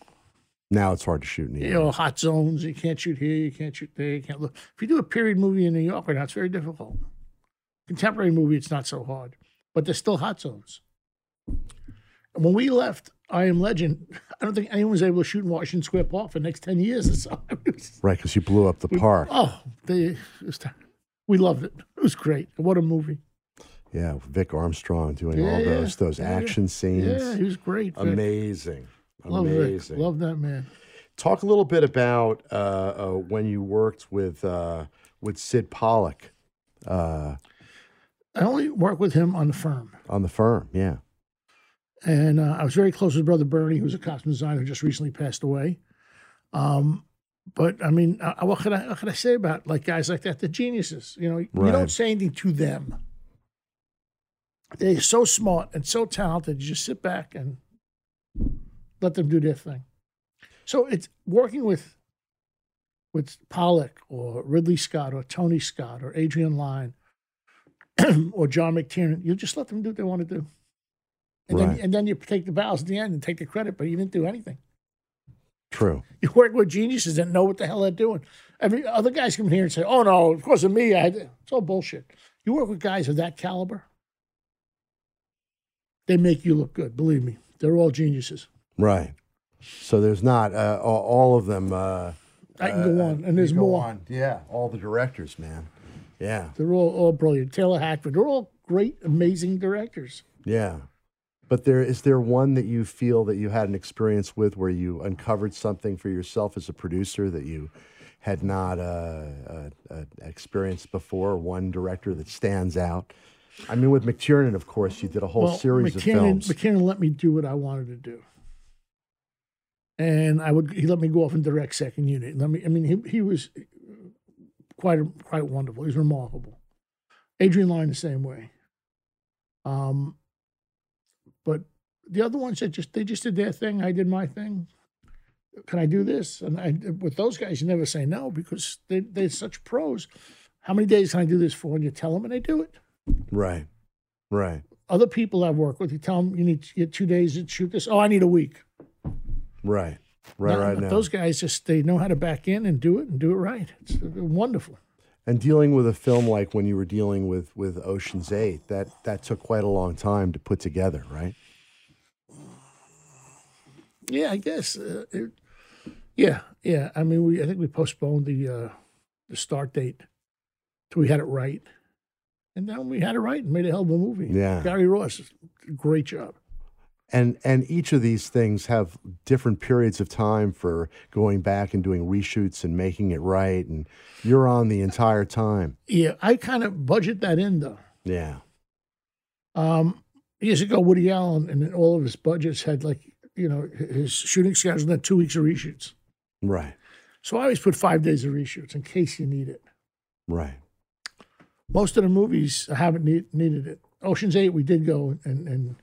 A: Now it's hard to shoot in New
B: you
A: York.
B: know, hot zones. You can't shoot here. You can't shoot there. You can't look. If you do a period movie in New York right now, it's very difficult. Contemporary movie, it's not so hard, but there's still hot zones. And when we left I Am Legend, *laughs* I don't think anyone was able to shoot in Washington Square Park for the next ten years or so. *laughs* It was-
A: Right, because you blew up the park.
B: oh, they, it was ter- we loved it. It was great. What a movie!
A: Yeah, Vic Armstrong doing
B: Yeah,
A: all
B: yeah,
A: those those
B: yeah, yeah.
A: action scenes.
B: Yeah, he was great. Vic.
A: Amazing.
B: Love Vic.
A: Amazing.
B: Love that man.
A: Talk a little bit about uh, uh, when you worked with uh, with Sid Pollock uh,
B: I only worked with him on the firm.
A: on the firm. Yeah.
B: And uh, I was very close with brother Bernie, who was a costume designer who just recently passed away. Um, but I mean, uh, what can I what can I say about like guys like that? They're geniuses. You know, you
A: Right.
B: don't say anything to them. They're so smart and so talented. You just sit back and let them do their thing. So it's working with with Pollock or Ridley Scott or Tony Scott or Adrian Lyne *clears throat* or John McTiernan. You just let them do what they want to do. And, then,
A: Right.
B: and then you take the bows at the end and take the credit, but you didn't do anything.
A: True.
B: You work with geniuses that know what the hell they're doing. Every other guys come here and say, "Oh no, of course of me." I had to-" It's all bullshit. You work with guys of that caliber, they make you look good. Believe me, they're all geniuses.
A: Right. So there's not uh, a- all of them. Uh,
B: I can go
A: uh,
B: on,
A: you
B: and there's
A: go
B: more.
A: on. Yeah, all the directors, man. Yeah,
B: They're all, all brilliant. Taylor Hackford. They're all great, amazing directors.
A: yeah. But there is there one that you feel that you had an experience with where you uncovered something for yourself as a producer that you had not uh, uh, uh, experienced before. One director that stands out. I mean, with McTiernan, of course, you did a whole series of
B: McKinnon,
A: films.
B: McKinnon let me do what I wanted to do, and I would. He let me go off and direct second unit. Let me. I mean, he he was quite quite wonderful. He was remarkable. Adrian Lyne the same way. Um, but the other ones that just they just did their thing. I did my thing. Can I do this? And I, with those guys, you never say no because they they're such pros. How many days can I do this for? And you tell them, and they do it
A: right, right,
B: other people I've worked with, you tell them you need to get two days to shoot this. Oh, I need a week.
A: right, right,
B: No,
A: right.
B: but
A: Now.
B: Those guys just they know how to back in and do it and do it right. It's uh, wonderful.
A: And dealing with a film like when you were dealing with with Ocean's Eight, that that took quite a long time to put together, right?
B: Yeah, I guess. Uh, it, yeah, yeah. I mean, we I think we postponed the uh, the start date till we had it right, and then we had it right and made a hell of a movie.
A: Yeah.
B: Gary Ross, great job.
A: And and each of these things have different periods of time for going back and doing reshoots and making it right, and you're on the entire time.
B: Yeah, I kind of budget that in though.
A: Yeah,
B: Um, years ago, Woody Allen and all of his budgets had like you know his shooting schedule and then two weeks of reshoots.
A: right,
B: So I always put five days of reshoots in case you need it.
A: right,
B: Most of the movies I haven't need, needed it. Ocean's Eight, we did go and and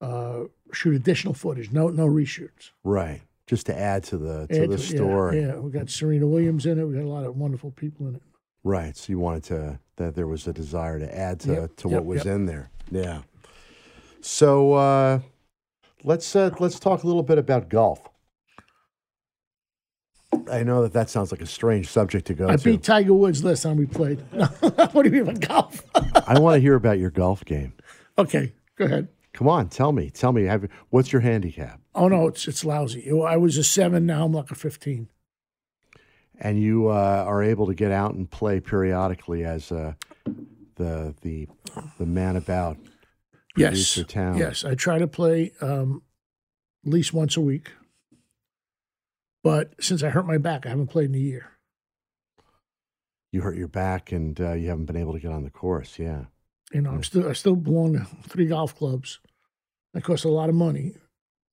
B: uh, shoot additional footage. No no reshoots.
A: right. Just to add to the to
B: Add
A: the
B: to- yeah,
A: story,
B: Yeah, we got Serena Williams in it. We got a lot of wonderful people in it.
A: right? So you wanted to that there was a desire to add to
B: Yep,
A: to
B: yep,
A: what was
B: yep.
A: in there. Yeah. So uh, let's uh, let's talk a little bit about golf. I know that that sounds like a strange subject to go
B: I
A: to.
B: beat Tiger Woods last time we played. *laughs* what do you mean by golf? *laughs*
A: I want to hear about your golf game.
B: okay, go ahead.
A: Come on, tell me, tell me. Have, what's your handicap?
B: Oh no, it's it's lousy. I was a seven. Now I'm like a fifteen.
A: And you uh, are able to get out and play periodically as uh, the the the man about. producer town.
B: Yes, I try to play um, at least once a week. But since I hurt my back, I haven't played in a year.
A: You hurt your back and uh, you haven't been able to get on the course. Yeah,
B: You
A: Mm.
B: know, I'm still I still belong to three golf clubs. That costs a lot of money,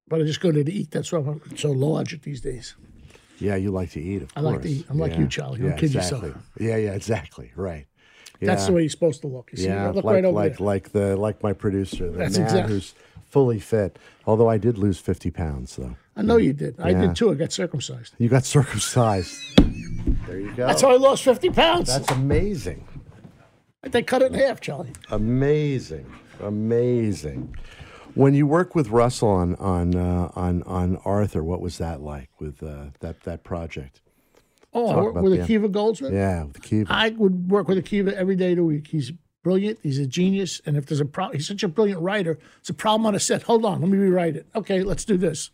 B: but I just go there to eat. That's why I'm so large at these days.
A: yeah. You like to eat, of
B: I
A: course.
B: like to eat. I'm like you, Charlie. Don't kid yourself.
A: exactly. Yeah, yeah, exactly. Right.
B: That's
A: Yeah.
B: the way you're supposed to look. You see,
A: Yeah,
B: look
A: like
B: right over
A: like
B: there.
A: like the like my producer, the
B: That's
A: man
B: exact-
A: who's fully fit. Although I did lose fifty pounds, though.
B: I know you did. I
A: Yeah.
B: did too. I got circumcised.
A: You got *laughs* circumcised. There you go.
B: That's how I lost 50 pounds.
A: Oh. That's amazing.
B: they cut it in half, Charlie.
A: Amazing, amazing. When you work with Russell on on uh, on on Arthur, what was that like with uh, that that project?
B: Oh, I
A: Talk
B: worked
A: about
B: with
A: the-
B: Akiva Goldsmith.
A: Yeah, with the key.
B: I would work with Akiva every day of the week. He's brilliant. He's a genius. And if there's a problem, he's such a brilliant writer. It's a problem on a set. Hold on, let me rewrite it. Okay, let's do this.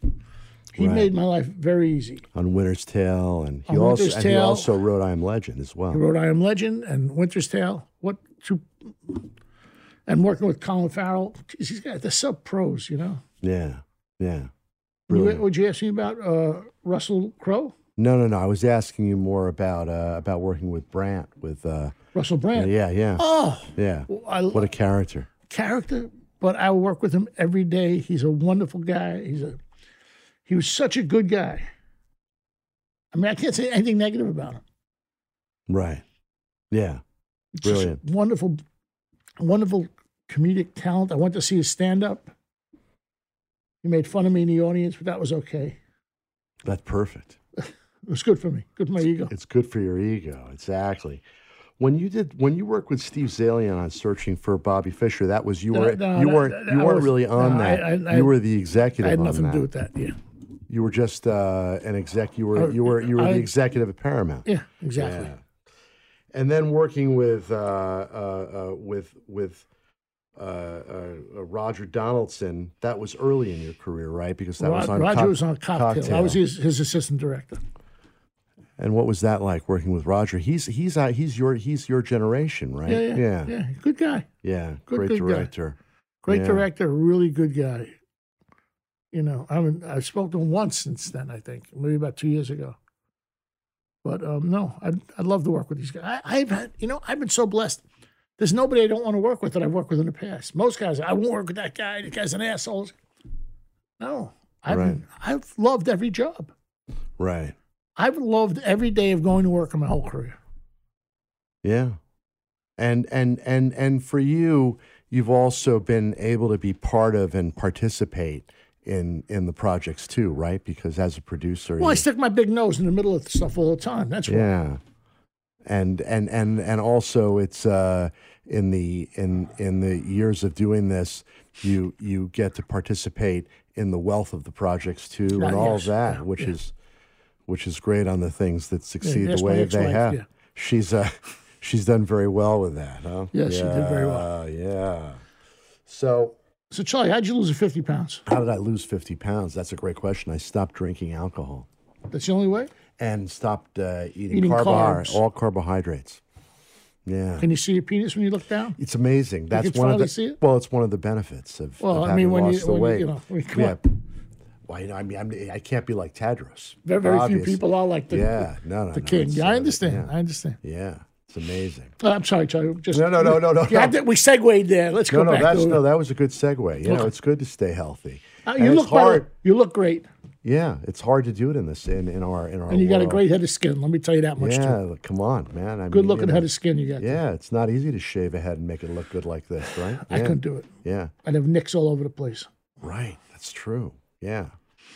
B: He
A: Right.
B: made my life very easy.
A: on Winter's Tale, and he
B: On
A: also
B: Winter's
A: and he
B: Tale.
A: also wrote I Am Legend as well.
B: He wrote I Am Legend and Winter's Tale. What two? And working with Colin Farrell, Jeez, he's got the sub pros, you know.
A: Yeah, yeah.
B: You,
A: Brilliant.
B: would you ask me about uh, Russell Crowe?
A: No, no, no. I was asking you more about uh, about working with Brandt. With uh,
B: Russell Brand.
A: yeah, yeah,
B: Oh,
A: yeah.
B: I,
A: What a character.
B: character but I work with him every day. He's a wonderful guy. He's a he was such a good guy. I mean, I can't say anything negative about him.
A: Right. Yeah.
B: Just
A: Brilliant.
B: wonderful, wonderful comedic talent. I went to see his stand up. He made fun of me in the audience, but that was okay.
A: That's perfect.
B: It was good for me. Good for my ego.
A: It's good for your ego. Exactly. When you did when you worked with Steve Zalian on searching for Bobby Fisher, that was you
B: No,
A: were
B: no,
A: you
B: that-
A: weren't
B: that-
A: you
B: I
A: weren't
B: was-
A: really on
B: no, I-
A: that.
B: I- I-
A: you were the
B: I
A: executive
B: had
A: on
B: nothing
A: that.
B: to do with that. Yeah.
A: You were just uh, an exec you were
B: I-
A: you were you were
B: I-
A: the executive at Paramount.
B: Yeah, exactly.
A: Yeah. And then working with uh, uh, uh, with with uh, uh, uh, Roger Donaldson, that was early in your career, right? Because that
B: Ro-
A: was on
B: Roger
A: Cock-
B: was on cocktail. I was his, his assistant director.
A: And what was that like working with Roger? He's he's uh, he's your he's your generation, right?
B: Yeah, yeah,
A: yeah,
B: yeah. Good guy.
A: yeah.
B: Good-
A: Great
B: good guy.
A: director.
B: Great
A: Yeah.
B: director. Really good guy. You know, I mean, I've spoken to him once since then. I think maybe about two years ago. But um, no, I I love to work with these guys. I, I've had, you know, I've been so blessed. There's nobody I don't want to work with that I've worked with in the past. Most guys, I won't work with that guy. That guy's an asshole. No, I've
A: Right.
B: I've loved every job.
A: Right.
B: I've loved every day of going to work in my whole career.
A: Yeah. And and and and for you, you've also been able to be part of and participate in in the projects too, right? Because as a producer,
B: Well, I
A: you-
B: stick my big nose in the middle of stuff all the time. That's why.
A: yeah. And and and and also it's uh in the in in the years of doing this, you you get to participate in the wealth of the projects too
B: Yeah,
A: and all
B: Ah, yes.
A: of that,
B: Yeah,
A: which
B: yeah.
A: is which is great on the things that succeed
B: that's
A: the
B: my
A: way they
B: ex-wife,
A: have.
B: yeah.
A: She's uh she's done very well with that, huh?
B: Yeah, she did very well.
A: Yeah, Yeah. So
B: So, Charlie, how'd you lose the 50 pounds?
A: how did I lose fifty pounds? That's a great question. I stopped drinking alcohol
B: That's the only way?
A: and stopped uh, eating,
B: Eating
A: carbohydrates,
B: carbs.
A: all carbohydrates. Yeah,
B: Can you see your penis when you look down?
A: it's amazing. That's
B: can
A: one of
B: finally
A: the
B: see it?
A: well, it's one of the benefits of,
B: Well,
A: of
B: I mean,
A: having
B: when you,
A: lost the
B: when
A: weight.
B: you, you know, I mean, come
A: yeah.
B: on.
A: Well, you know, I mean, I'm, I can't be like Tadros.
B: Very, very few
A: Obviously.
B: people are like the,
A: Yeah, no, no,
B: the
A: no,
B: king.
A: it's,
B: Yeah, I
A: uh,
B: understand.
A: Yeah,
B: I understand.
A: yeah, it's amazing.
B: Uh, I'm sorry, Charlie. Just,
A: No, no, no, no, no,
B: Yeah, I
A: no.
B: did- we segued there. Let's
A: No,
B: go
A: no,
B: back.
A: that's
B: to,
A: no, that was a good segue. You know,
B: Okay.
A: it's good to stay healthy.
B: Uh,
A: And
B: you
A: it's
B: look
A: hard.
B: hard. You look great,
A: Yeah, it's hard to do it in this in, in our in our.
B: and you got a
A: world.
B: great head of skin. Let me tell you that much.
A: Yeah, look, come on, man. I mean,
B: Good
A: you
B: looking
A: know,
B: head of skin you got.
A: Yeah, it's not easy to shave a head and make it look good like this, right?
B: I
A: Yeah.
B: couldn't do it.
A: Yeah.
B: I'd have nicks all over the place.
A: Right. That's true. Yeah.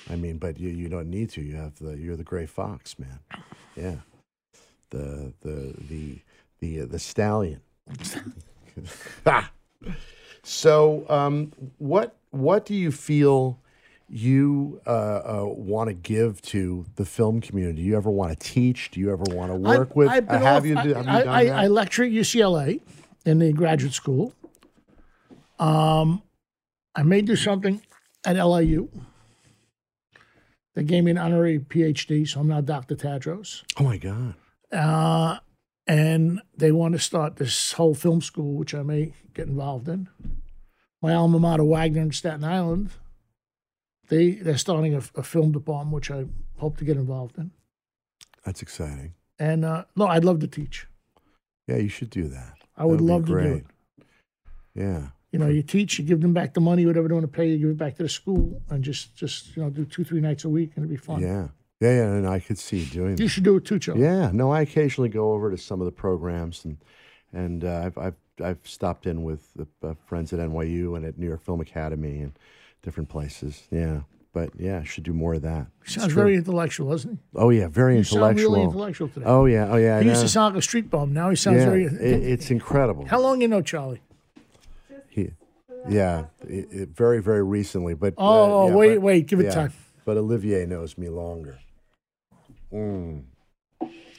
A: I mean, but you you don't need to. You have the you're the gray fox, man. Yeah. The the the the uh, the stallion. *laughs* Ha! So, um, what what do you feel you uh, uh, want to give to the film community? Do you ever want to teach? Do you ever want to work
B: I've-
A: with?
B: I've been
A: uh, have
B: off-
A: you,
B: I,
A: do- have you
B: I-
A: done
B: I-
A: that?
B: I lecture at UCLA in the graduate school. Um, I may do something at LIU. They gave me an honorary PhD, so I'm now Dr. Tadros.
A: oh my god!
B: Uh, and they want to start this whole film school, which I may get involved in. My alma mater, Wagner in Staten Island, they, they're starting a, a film department, which I hope to get involved in.
A: That's exciting.
B: And uh, no, I'd love to teach.
A: Yeah, you should do that.
B: I would
A: That be
B: love to do
A: great.
B: it.
A: Yeah.
B: you know, you teach, you give them back the money, whatever they want to pay, you give it back to the school, and just just you know do two three nights a week, and it'd be fun.
A: Yeah. Yeah, yeah, and I could see you doing
B: You
A: that.
B: should do it too, Joe.
A: Yeah, no, I occasionally go over to some of the programs and and uh, I've, I've I've stopped in with the, uh, friends at NYU and at New York Film Academy and different places. Yeah, but yeah, I should do more of that.
B: He sounds very intellectual, doesn't he?
A: Oh yeah, very
B: You sound
A: intellectual.
B: really intellectual today.
A: Oh yeah, oh yeah. I
B: he used
A: know.
B: to sound like a street bum. Now he sounds
A: yeah,
B: very.
A: it- it's incredible.
B: How long you know Charlie?
A: He, yeah, it, it- very very recently, but uh,
B: Oh,
A: yeah,
B: wait,
A: but-
B: wait, give it
A: yeah,
B: time.
A: But Olivier knows me longer. Mm.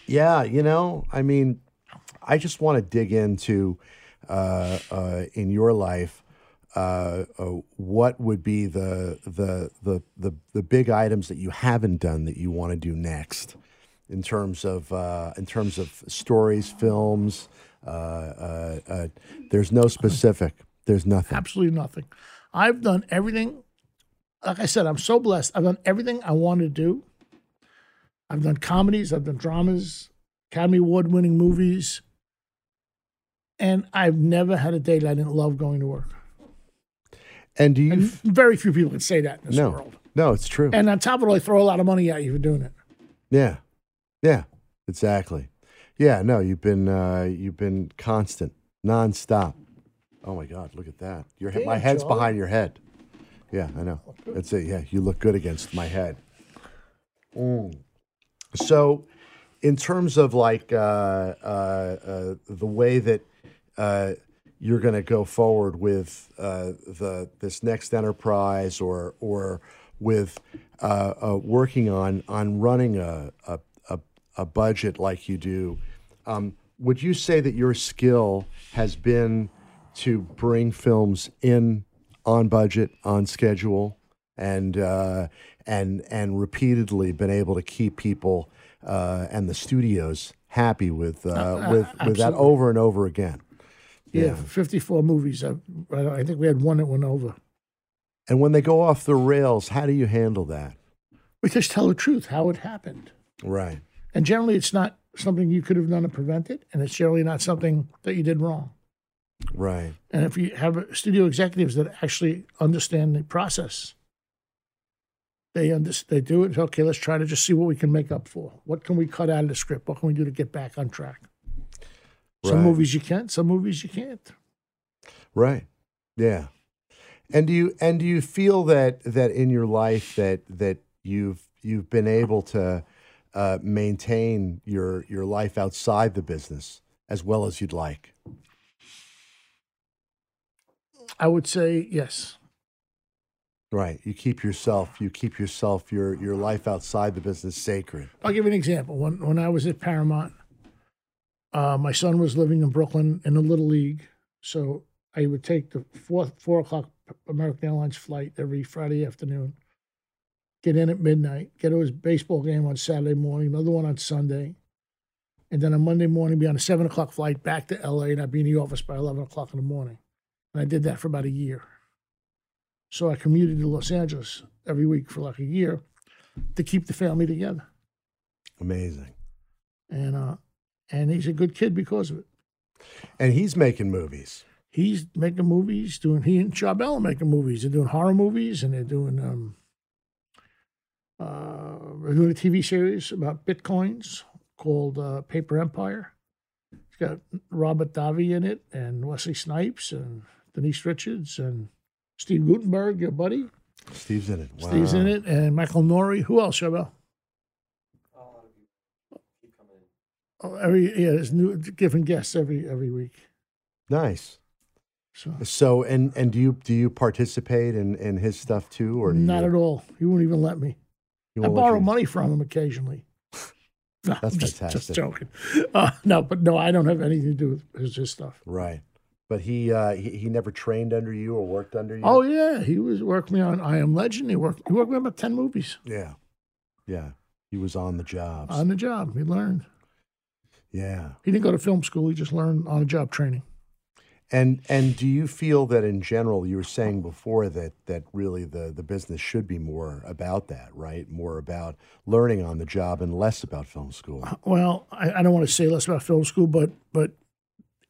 A: Yeah, you know, I mean, I just want to dig into uh, uh, in your life. Uh, uh, what would be the, the the the the big items that you haven't done that you want to do next, in terms of uh, in terms of stories, films? Uh, uh, uh, there's no specific. There's nothing.
B: Absolutely nothing. I've done everything. Like I said, I'm so blessed. I've done everything I want to do. I've done comedies, I've done dramas, Academy Award winning movies. And I've never had a day that I didn't love going to work.
A: And do you?
B: Very few people can say that in this
A: Mm-hmm. no,
B: world.
A: no, it's true.
B: And on top of it, all, they throw a lot of money at you for doing it.
A: Yeah, yeah, exactly. Yeah, no, you've been uh, you've been constant, nonstop. Oh my God, look at that! Your he- my
B: Damn,
A: head's
B: Joe.
A: behind your head. Yeah, I know. That's it. Yeah, you look good against my head. Mm. So, in terms of like uh, uh, uh, the way that uh, you're going to go forward with uh, the this next enterprise, or or with uh, uh, working on on running a a, a, a budget like you do, um, would you say that your skill has been to bring films in on budget, on schedule, and uh, and and repeatedly been able to keep people uh, and the studios happy with uh, with with that over and over again.
B: Yeah, 54 movies. I, I think we had one that went over.
A: And when they go off the rails, how do you handle that?
B: We just tell the truth how it happened.
A: Right.
B: And generally, it's not something you could have done to prevent it, and it's generally not something that you did wrong.
A: Right.
B: And if you have studio executives that actually understand the process, they under, they do it. Okay, let's try to just see what we can make up for. What can we cut out of the script? What can we do to get back on track? Some
A: Right.
B: movies you can't. Some movies you can't.
A: Right. Yeah. And do you and do you feel that that in your life that that you've you've been able to uh, maintain your your life outside the business as well as you'd like?
B: I would say yes.
A: Right. You keep yourself you keep yourself your your life outside the business sacred.
B: I'll give you an example. When when I was at Paramount, uh, my son was living in Brooklyn in the Little League, so I would take the four four o'clock American Airlines flight every Friday afternoon. Get in at midnight. Get to his baseball game on Saturday morning. Another one on Sunday, and then on Monday morning be on a seven o'clock flight back to L.A. and I'd be in the office by eleven o'clock in the morning. And I did that for about a year. So I commuted to Los Angeles every week for like a year to keep the family together
A: Amazing.
B: and uh, and he's a good kid because of it.
A: And he's making movies.
B: He's making movies, doing he and Charbel are making movies. They're doing horror movies, and they're doing um, uh, they're doing a TV series about bitcoins called uh, Paper Empire. It's got Robert Davi in it, and Wesley Snipes, and Denise Richards, and Steve Gutenberg, your buddy.
A: Steve's in it. Wow.
B: Steve's in it, and Michael Nori. Who else, Charbel? Oh, every yeah, there's new different guests every every week.
A: Nice.
B: So
A: So and and do you do you participate in in his stuff too or do
B: Not
A: you,
B: at all. He won't even let me.
A: he
B: I
A: won't let
B: borrow
A: you-
B: money from
A: *laughs*
B: him occasionally. No,
A: That's
B: I'm just, Just
A: fantastic.
B: joking. Uh, no, but no, I don't have anything to do with his, his stuff.
A: Right. But he, uh, he he never trained under you or worked under you.
B: Oh yeah, he was working me on I Am Legend. He worked. He worked me on about ten movies
A: yeah, yeah. He was on the jobs.
B: on the job. He learned.
A: yeah.
B: He didn't go to film school. He just learned on the job training.
A: And and do you feel that in general, you were saying before that that really the the business should be more about that, right? More about learning on the job and less about film school.
B: Well, I, I don't want to say less about film school, but but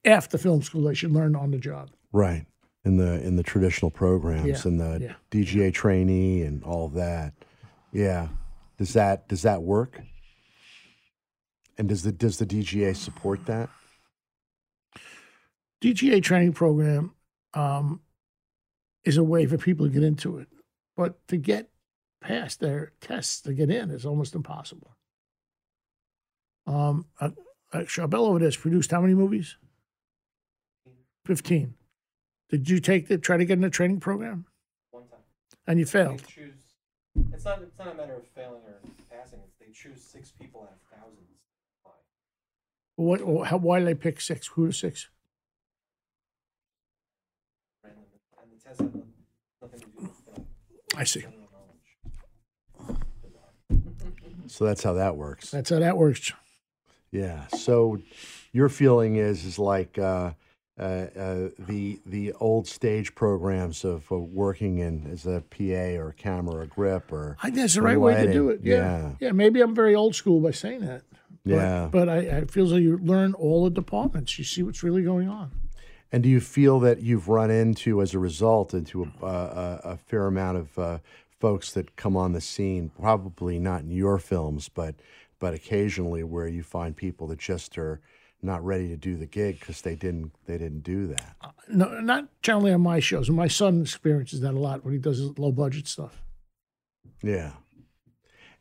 B: after film school, they should learn on the job.
A: Right. In the in the traditional programs
B: Yeah,
A: and the
B: yeah.
A: DGA trainee and all of that. Yeah. Does that does that work? And does the does the DGA support that?
B: DGA training program um, is a way for people to get into it, but to get past their tests to get in is almost impossible. Um, uh, uh, Charbel over there has produced how many movies? Fifteen. Did you take the try to get in the training program
C: one time.
B: and you
C: They
B: failed?
C: choose. It's not. It's not a matter of failing or passing. It's they choose six people out of thousands. to apply.
B: What? Or how, why did they pick six? Who are the six?
C: Random, and the tests have nothing to do with film.
B: I see.
C: General knowledge.
A: So that's how that works.
B: That's how that works.
A: Yeah. So your feeling is is like uh, uh, uh, the the old stage programs of uh, working in as a PA or camera or grip or
B: I think that's the right way to do it.
A: Lighting,
B: Yeah. yeah.
A: yeah.
B: Maybe I'm very old school by saying that. But,
A: Yeah.
B: But I, I feel as though you learn all the departments. You see what's really going on.
A: And do you feel that you've run into, as a result, into a, a, a fair amount of uh, folks that come on the scene? Probably not in your films, but but occasionally where you find people that just are not ready to do the gig because they didn't they didn't do that.
B: No, not generally on my shows. My son experiences that a lot when he does his low budget stuff.
A: Yeah.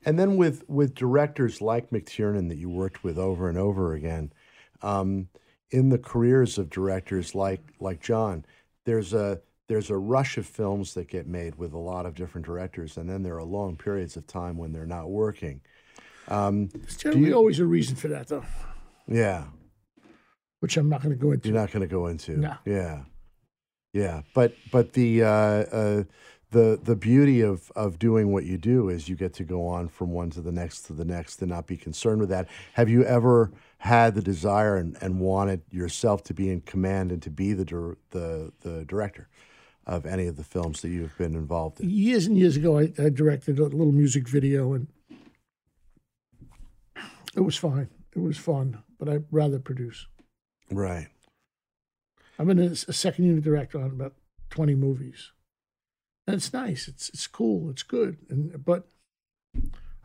A: And then with with directors like McTiernan that you worked with over and over again, um, in the careers of directors like like John, there's a there's a rush of films that get made with a lot of different directors, and then there are long periods of time when they're not working. Um,
B: There's generally
A: you-
B: always a reason for that, though,
A: yeah,
B: which I'm not going to go into.
A: you're not going to go into.
B: No.
A: Yeah, yeah. But but the uh, uh, the the beauty of of doing what you do is you get to go on from one to the next to the next and not be concerned with that. Have you ever had the desire and, and wanted yourself to be in command and to be the dir- the the director of any of the films that you've been involved in?
B: years and years ago, I, I directed a little music video, and it was fine. It was fun, but I'd rather produce.
A: Right.
B: I've been a, s- a second unit director on about 20 movies. And it's nice. It's it's cool. It's good. And but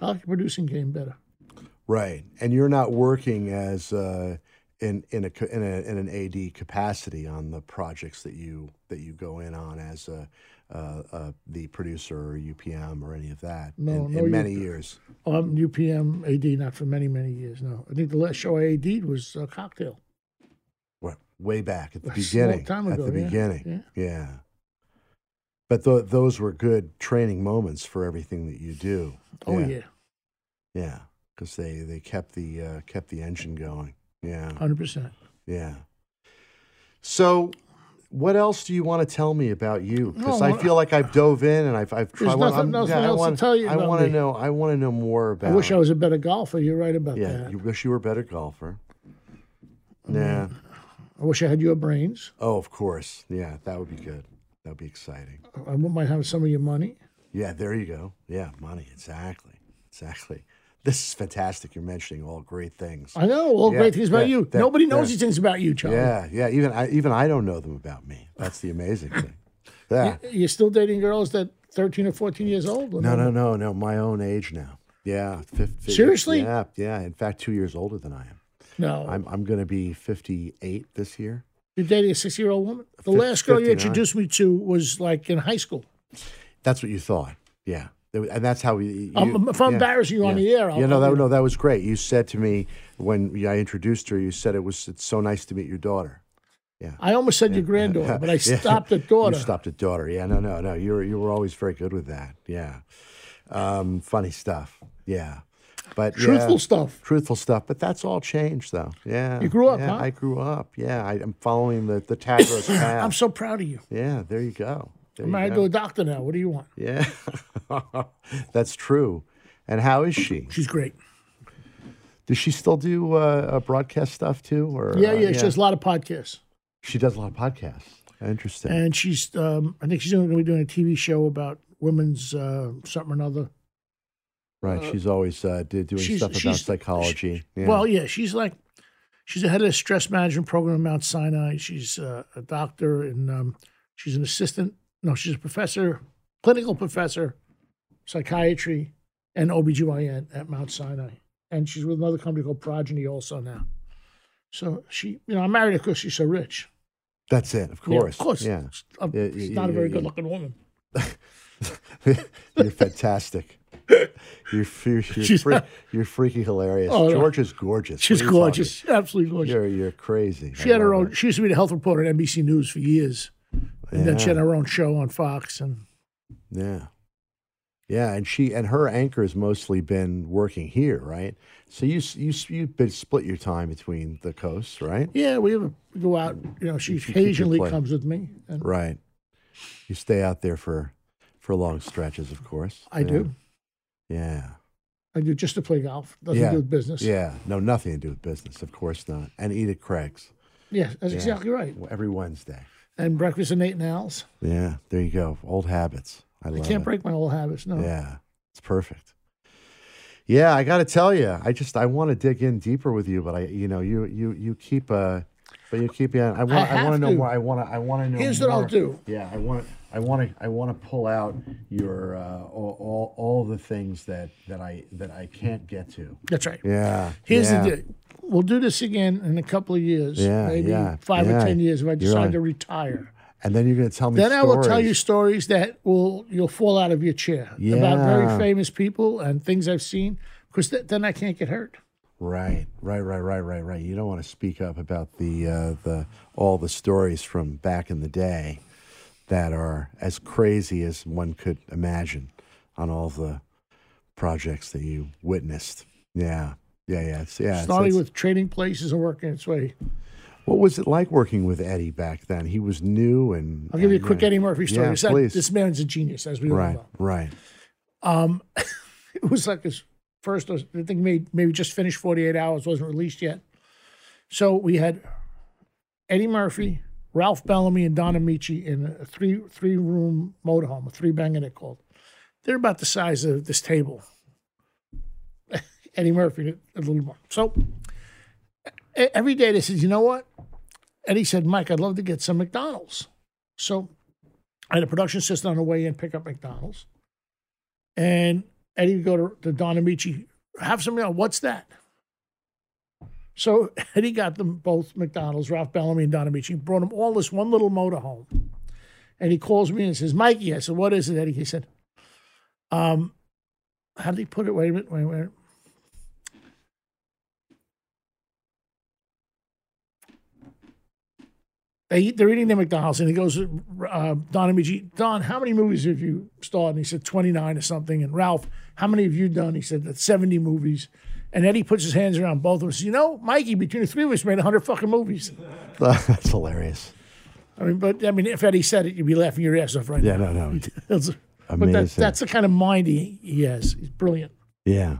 B: I like the producing game better.
A: Right, and you're not working as uh, in in a co- in a in an AD capacity on the projects that you that you go in on as a, uh, uh, the producer or UPM or any of that.
B: No,
A: in,
B: no,
A: in
B: you-
A: many years.
B: Oh, I'm UPM AD not for many many years. No, I think the last show I AD'd was uh, Cocktail.
A: Wa- way back at the
B: *laughs* A small
A: beginning.
B: time
A: at
B: ago,
A: the
B: yeah,
A: beginning,
B: yeah.
A: yeah. But th- those were good training moments for everything that you do.
B: Oh
A: yeah,
B: yeah,
A: because they they kept the uh, kept the engine going. Yeah.
B: hundred percent.
A: Yeah. So, what else do you want to tell me about you? Because
B: No,
A: I
B: what-
A: feel like I've dove in and I've I've
B: There's
A: tried.
B: nothing- nothing
A: I
B: else to
A: wanna,
B: tell you
A: I
B: about
A: wanna
B: me.
A: know. I want to know more about.
B: I wish I was a better golfer. You're right about
A: Yeah,
B: that. Mm-hmm.
A: you wish you were a better golfer. Yeah.
B: I wish I had your brains.
A: Oh, of course. Yeah, that would be good. That would be exciting.
B: I might have some of your money.
A: Yeah, there you go. Yeah, money. Exactly. Exactly. This is fantastic. You're mentioning all great things.
B: I know all
A: Yeah,
B: great things about
A: yeah,
B: you.
A: that-
B: Nobody knows
A: yeah.
B: these things about you, Charlie.
A: Yeah, yeah. Even I even I don't know them about me. That's the amazing
B: *laughs*
A: thing. Yeah.
B: You're still dating girls that 13 or 14 years old? or
A: No, no, no, no. My own age now. Yeah, 50,
B: Seriously?
A: Yeah, yeah. In fact, two years older than I am.
B: No.
A: I'm I'm going to be fifty eight this year.
B: You're dating a 60 year old woman? The
A: Fif-
B: last girl you
A: 59.
B: introduced me to was like in high school.
A: That's what you thought. Yeah, That was- and that's how we. You,
B: Um, if I'm
A: yeah,
B: embarrassing you on
A: yeah.
B: the air, I'll.
A: yeah, no, that, no, that was great. You said to me when I introduced her, you said it was it's so nice to meet your daughter.
B: I almost said your granddaughter, but I
A: Yeah. *laughs*
B: stopped at daughter.
A: You stopped at daughter. Yeah, no, no, no. You were you were always very good with that. Yeah, um, funny stuff. Yeah, but yeah.
B: Truthful stuff.
A: truthful stuff. But that's all changed, though. Yeah,
B: You grew up,
A: yeah,
B: huh?
A: I grew up. Yeah, I, I'm following the the
B: *coughs*
A: Tagros path.
B: I'm so proud of you.
A: yeah, there you go. There
B: I'm
A: you
B: married
A: go.
B: to a doctor now. What do you want?
A: Yeah, *laughs* that's true. And how is she?
B: She's great.
A: Does she still do uh, uh, broadcast stuff too? Or
B: Yeah,
A: uh,
B: yeah, She does a lot of podcasts.
A: She does a lot of podcasts. Interesting.
B: And she's, um, I think she's going to be doing a TV show about women's uh, something or another.
A: right, she's always uh, did doing
B: she's-
A: stuff about
B: she's-
A: psychology. yeah.
B: Well, yeah, she's like, she's the head of the stress management program at Mount Sinai. She's uh, a doctor and um, she's an assistant. No, she's a professor, clinical professor, psychiatry, and OBGYN at Mount Sinai. And she's with another company called Progeny also now. So she, you know, I married her because she's so rich.
A: that's it. Of
B: You know,
A: course.
B: of course. *laughs*
A: Yeah. *laughs*
B: She's, um,
A: Yeah,
B: she's
A: yeah,
B: not a
A: yeah,
B: very
A: yeah.
B: good looking woman.
A: you're fantastic. You're fre- you're,
B: She's
A: fre-
B: *laughs* not-
A: you're freaking hilarious.
B: Oh, no.
A: George is gorgeous.
B: She's
A: What are you talking-
B: gorgeous, absolutely gorgeous.
A: You're you're crazy.
B: She
A: I
B: had her
A: love
B: own. She used to be the health reporter at NBC News for years, and then she had her own show on Fox. And
A: it. Yeah. Yeah, and she and her anchor has mostly been working here, right? So you s- you s- you been split your time between the coasts, right?
B: yeah, we have a, we go out. You know, she
A: keep your
B: occasionally
A: play.
B: comes with me, and
A: Right. You stay out there for for long stretches, of course.
B: I
A: Yeah.
B: do.
A: Yeah.
B: I do just to play golf. Doesn't
A: Yeah.
B: do with business.
A: Yeah. No, nothing to do with business, of course not. And eat at Craig's
B: yeah, that's
A: Yeah.
B: exactly right.
A: every Wednesday.
B: And breakfast and eight and Al's.
A: Yeah, there you go. Old habits. I
B: I
A: love
B: can't
A: it.
B: break my old habits. No,
A: Yeah, it's perfect. Yeah, I got to tell you, I just I want to dig in deeper with you, but I, you know, you you you keep a But you keep yeah. I want. I,
B: have
A: want to know
B: to.
A: more. I want to. I want to know.
B: Here's what I'll
A: more.
B: do.
A: Yeah, I want. I want to. I want to pull out your uh, all, all all the things that that I that I can't get to.
B: That's right.
A: Yeah.
B: Here's
A: yeah.
B: the deal. We'll do this again in a couple of years,
A: Yeah,
B: maybe
A: yeah,
B: five
A: yeah.
B: or ten years if I
A: You're
B: decide
A: right.
B: to retire.
A: And then you're gonna tell me.
B: Then I will tell you
A: stories.
B: stories that will you'll fall out of your chair about
A: Yeah.
B: very famous people and things I've seen, because th- then I can't get hurt.
A: Right. Right. Right. Right. Right. Right. You don't want to speak up about the uh, the all the stories from back in the day that are as crazy as one could imagine on all the projects that you witnessed. Yeah. Yeah. Yeah. It's, yeah. it's-
B: Starting
A: it's-
B: with trading places and working its way.
A: What was it like working with Eddie back then? He was new and.
B: I'll give you a
A: and,
B: quick
A: uh,
B: Eddie Murphy story.
A: Yeah,
B: This- that-
A: please.
B: This man's a genius, as we all
A: right,
B: know.
A: right. *laughs*
B: Um, it was like his first, I think maybe, maybe just finished 48 Hours, wasn't released yet. So we had Eddie Murphy, Ralph Bellamy, and Don Amici in a three three room motorhome, a three banger they called. They're about the size of this table. *laughs* Eddie Murphy, a little more. So e- every day they said, you know what? Eddie said, Mike, I'd love to get some McDonald's. So I had a production assistant on the way in, pick up McDonald's. And Eddie would go to, to Don Amici, have some, you know, what's that? So *laughs* Eddie got them both McDonald's, Ralph Bellamy and Don Amici, brought them all this one little motorhome. And he calls me and says, Mikey, I said, what is it, Eddie? He said, um, how did he put it? Wait a minute, wait a minute. They eat, they're eating their McDonald's, and he goes, uh, Don Amici, Don, how many movies have you starred? And he said, 29 or something. And Ralph, how many have you done? He said, that's 70 movies. And Eddie puts his hands around both of us. You know, Mikey, between the three of us, made 100 fucking movies.
A: That's hilarious.
B: I mean, but I mean, if Eddie said it, you'd be laughing your ass off right
A: Yeah,
B: now. *laughs*
A: no, no.
B: That's- But
A: Amazing.
B: that's, that's the kind of mind he, he has. He's brilliant.
A: Yeah.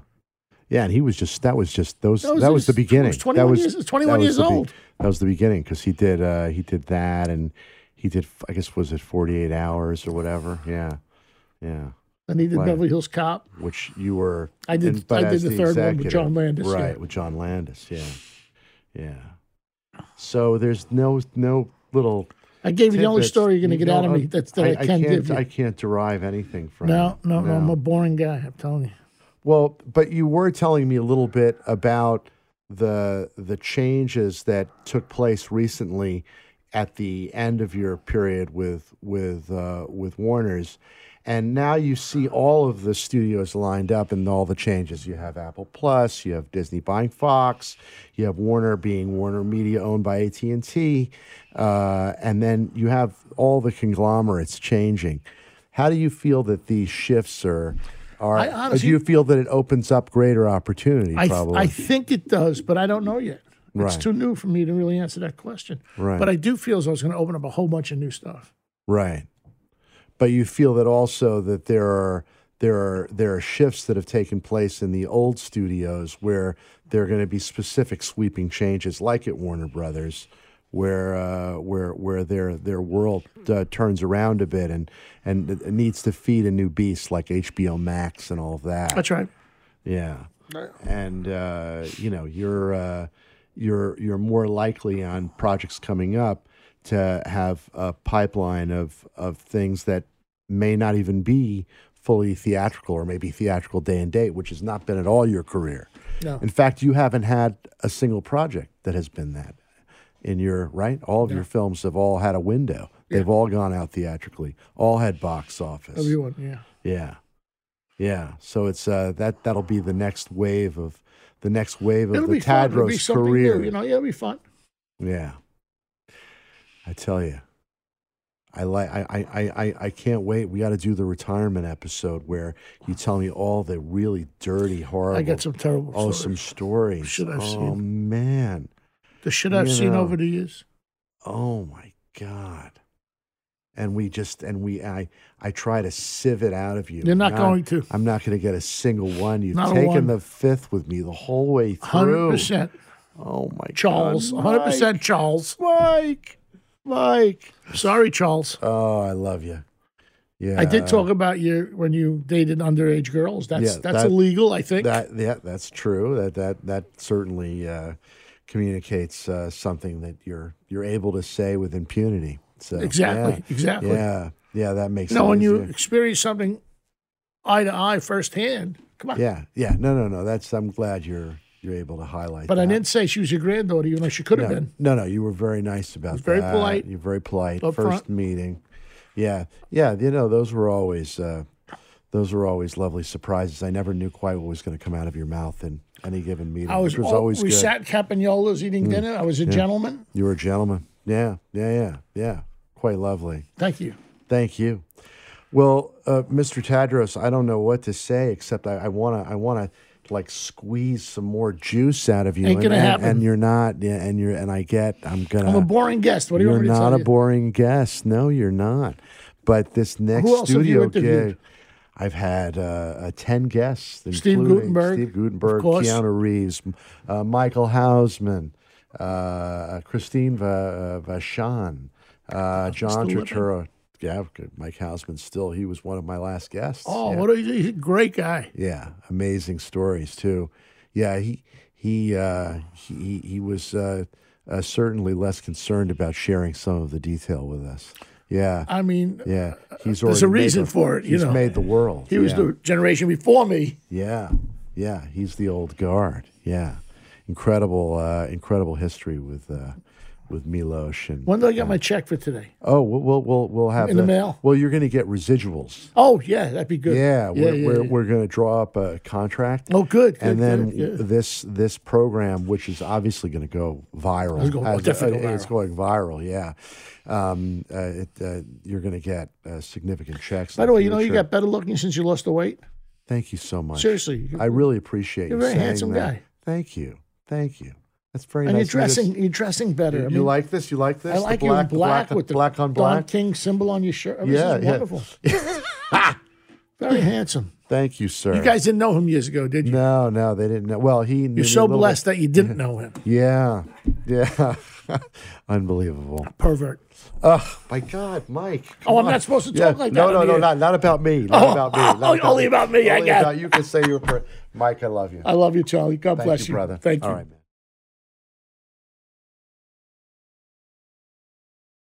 A: Yeah, and he was just that was just those that
B: That
A: was,
B: was
A: the
B: his- he was
A: beginning.
B: 21
A: that was
B: years- 21
A: that was
B: years
A: the be-
B: old.
A: that was the beginning because he did uh he did that and he did I guess was it 48 hours or whatever. Yeah. Yeah.
B: Then he did
A: Right.
B: Beverly Hills Cop.
A: Which you were
B: I did-
A: in- but
B: I did
A: as
B: the third one with
A: executive.
B: John Landis, yeah.
A: Right, with John Landis, yeah. Yeah. So there's no no little
B: I gave you the only
A: tidbits.
B: story you're going to get
A: No,
B: out of me
A: uh,
B: that's, that I, can
A: can't
B: give you.
A: I can't derive anything from
B: no,
A: it.
B: no, no, I'm a boring guy. I'm telling you.
A: Well, but you were telling me a little bit about the the changes that took place recently at the end of your period with with uh, with Warner's, and now you see all of the studios lined up and all the changes. You have Apple Plus, you have Disney buying Fox, you have Warner being Warner Media owned by AT and T, uh, and then you have all the conglomerates changing. How do you feel that these shifts are? Are
B: I honestly-
A: do you feel that it opens up greater opportunity?
B: I, th-
A: probably.
B: I think it does, but I don't know yet. It's
A: Right.
B: too new for me to really answer that question.
A: Right.
B: But I do feel as though it's going to open up a whole bunch of new stuff.
A: Right. But you feel that also that there are there are there are shifts that have taken place in the old studios where there are going to be specific sweeping changes, like at Warner Brothers, where uh, where where their their world uh, turns around a bit and and it needs to feed a new beast like HBO Max and all of that.
B: That's right.
A: Yeah. And uh, you know, you're uh, you're you're more likely on projects coming up to have a pipeline of of things that may not even be fully theatrical or maybe theatrical day and date, which has not been at all your career.
B: No.
A: In fact, you haven't had a single project that has been that in your right. All of your films have all had a window. They've all gone out theatrically. All had box office.
B: Everyone, yeah.
A: Yeah, yeah. So it's uh, that that'll be the next wave of the next wave of
B: It'll
A: the
B: be fun. It'll be
A: Tadros
B: something
A: career.
B: new. You know, yeah, it'll be fun.
A: Yeah, I tell you, I like. I I I I- I can't wait. We got to do the retirement episode where you tell me all the really dirty, horrible.
B: I got some terrible
A: oh
B: stories.
A: some stories.
B: Shit I've
A: oh
B: seen.
A: man.
B: the shit I've
A: you
B: seen
A: know.
B: over the years.
A: oh my god and we just and we i i try to sieve it out of you
B: You're not
A: And
B: going to.
A: i'm not going to get a single one you've
B: Not a
A: taken
B: one.
A: the fifth with me the whole way through
B: 100%
A: oh my
B: Charles.
A: god
B: 100% Charles.
A: mike mike
B: Sorry, Charles.
A: oh i love you yeah
B: I did talk about you when you dated underage girls. That's
A: Yeah,
B: that's
A: that-
B: illegal, I think.
A: that yeah that's true that that that certainly uh communicates uh, something that you're you're able to say with impunity. So
B: Exactly.
A: Yeah,
B: Exactly.
A: yeah, yeah, that makes
B: No,
A: it
B: when you
A: easier.
B: experience something eye to eye firsthand, come on.
A: yeah, yeah, no, no, no. That's I'm glad you're you're able to highlight.
B: But
A: that.
B: I didn't say she was your granddaughter, even though she could
A: No,
B: have been.
A: no, no. You were very nice about
B: very
A: that.
B: polite,
A: You're very polite.
B: upfront.
A: First meeting. Yeah, yeah. You know, those were always uh, those were always lovely surprises. I never knew quite what was going to come out of your mouth in any given meeting.
B: I was,
A: which was
B: al-
A: always
B: we
A: good. Mm.
B: sat capanolas eating dinner. I was a gentleman.
A: you were a gentleman. Yeah, yeah, yeah, yeah. Quite lovely.
B: Thank you.
A: Thank you. Well, uh, Mr. Tadros, I don't know what to say except I, I wanna, I wanna like squeeze some more juice out of you.
B: Ain't gonna
A: and, and-
B: happen.
A: and you're not. Yeah, and you're, and I get. I'm gonna.
B: I'm a boring guest. What do you
A: You're
B: want me to
A: not
B: tell
A: a
B: you?
A: boring guest. No, you're not. But this next
B: Who else have you
A: studio
B: interviewed?
A: gig, I've had uh, uh, 10 guests.
B: Steve
A: including
B: Guttenberg,
A: Steve
B: of
A: Gutenberg,
B: course.
A: Keanu Reeves, m- uh, Michael Hausman, uh, Christine Va- uh, Vachon, uh, John
B: living.
A: Turturro. Yeah, good. Mike Hausman still, he was one of my last guests.
B: Oh,
A: yeah.
B: what a, he's a great guy.
A: Yeah, amazing stories too. Yeah, he he uh, he he was uh, uh, certainly less concerned about sharing some of the detail with us. Yeah,
B: I mean,
A: yeah. He's
B: Uh, there's
A: already
B: a
A: made
B: reason
A: the-
B: for it, you
A: he's
B: know.
A: made the world.
B: he was
A: yeah.
B: the generation before me.
A: yeah, yeah. He's the old guard. Yeah, incredible, uh, incredible history with uh, with Milosh and.
B: When did I get my check for today?
A: Oh, we'll we'll we'll, we'll have
B: In the
A: that.
B: mail?
A: Well, you're going to get residuals.
B: Oh, yeah, that'd be good.
A: Yeah, we're,
B: yeah,
A: we're,
B: yeah.
A: we're going to draw up a contract.
B: Oh, good.
A: and
B: good,
A: then
B: good, good.
A: this this program, which is obviously going to go viral,
B: It's going-
A: as-
B: definitely
A: uh, it's
B: viral.
A: going viral. Yeah, um, uh, it, uh, you're going to get uh, significant checks.
B: By the way, you know you
A: future.
B: got better looking since you lost the weight.
A: Thank you so much.
B: Seriously, you-
A: I really appreciate
B: You're
A: you
B: a very
A: saying
B: handsome
A: that.
B: guy.
A: Thank you, thank you. That's very
B: and
A: nice.
B: you're
A: of you to-
B: dressing. You're dressing better.
A: You,
B: I
A: you
B: mean,
A: like this? You like this?
B: I
A: The
B: like
A: black,
B: you in black,
A: black,
B: with the
A: black on
B: Don
A: black.
B: King symbol on your shirt. Everything's
A: Yeah, yeah.
B: wonderful. *laughs* Very handsome.
A: Thank you, sir.
B: You guys didn't know him years ago, did you?
A: no, no, they didn't know. Well, he.
B: You're so blessed that you didn't know him.
A: Yeah, *laughs* yeah, unbelievable.
B: Pervert.
A: Oh my God, Mike! come
B: Oh, I'm
A: on.
B: not *laughs* supposed to
A: Yeah,
B: talk like
A: no,
B: that
A: No,
B: on
A: no,
B: the air.
A: not not about me. Not
B: Oh,
A: about me. not
B: *laughs* only- only about me, I
A: Only
B: got it.
A: about- you can say you're. Per- Mike, I love you.
B: I love you, Charlie. God
A: Thank
B: bless
A: you, brother.
B: Thank you.
A: All right, man.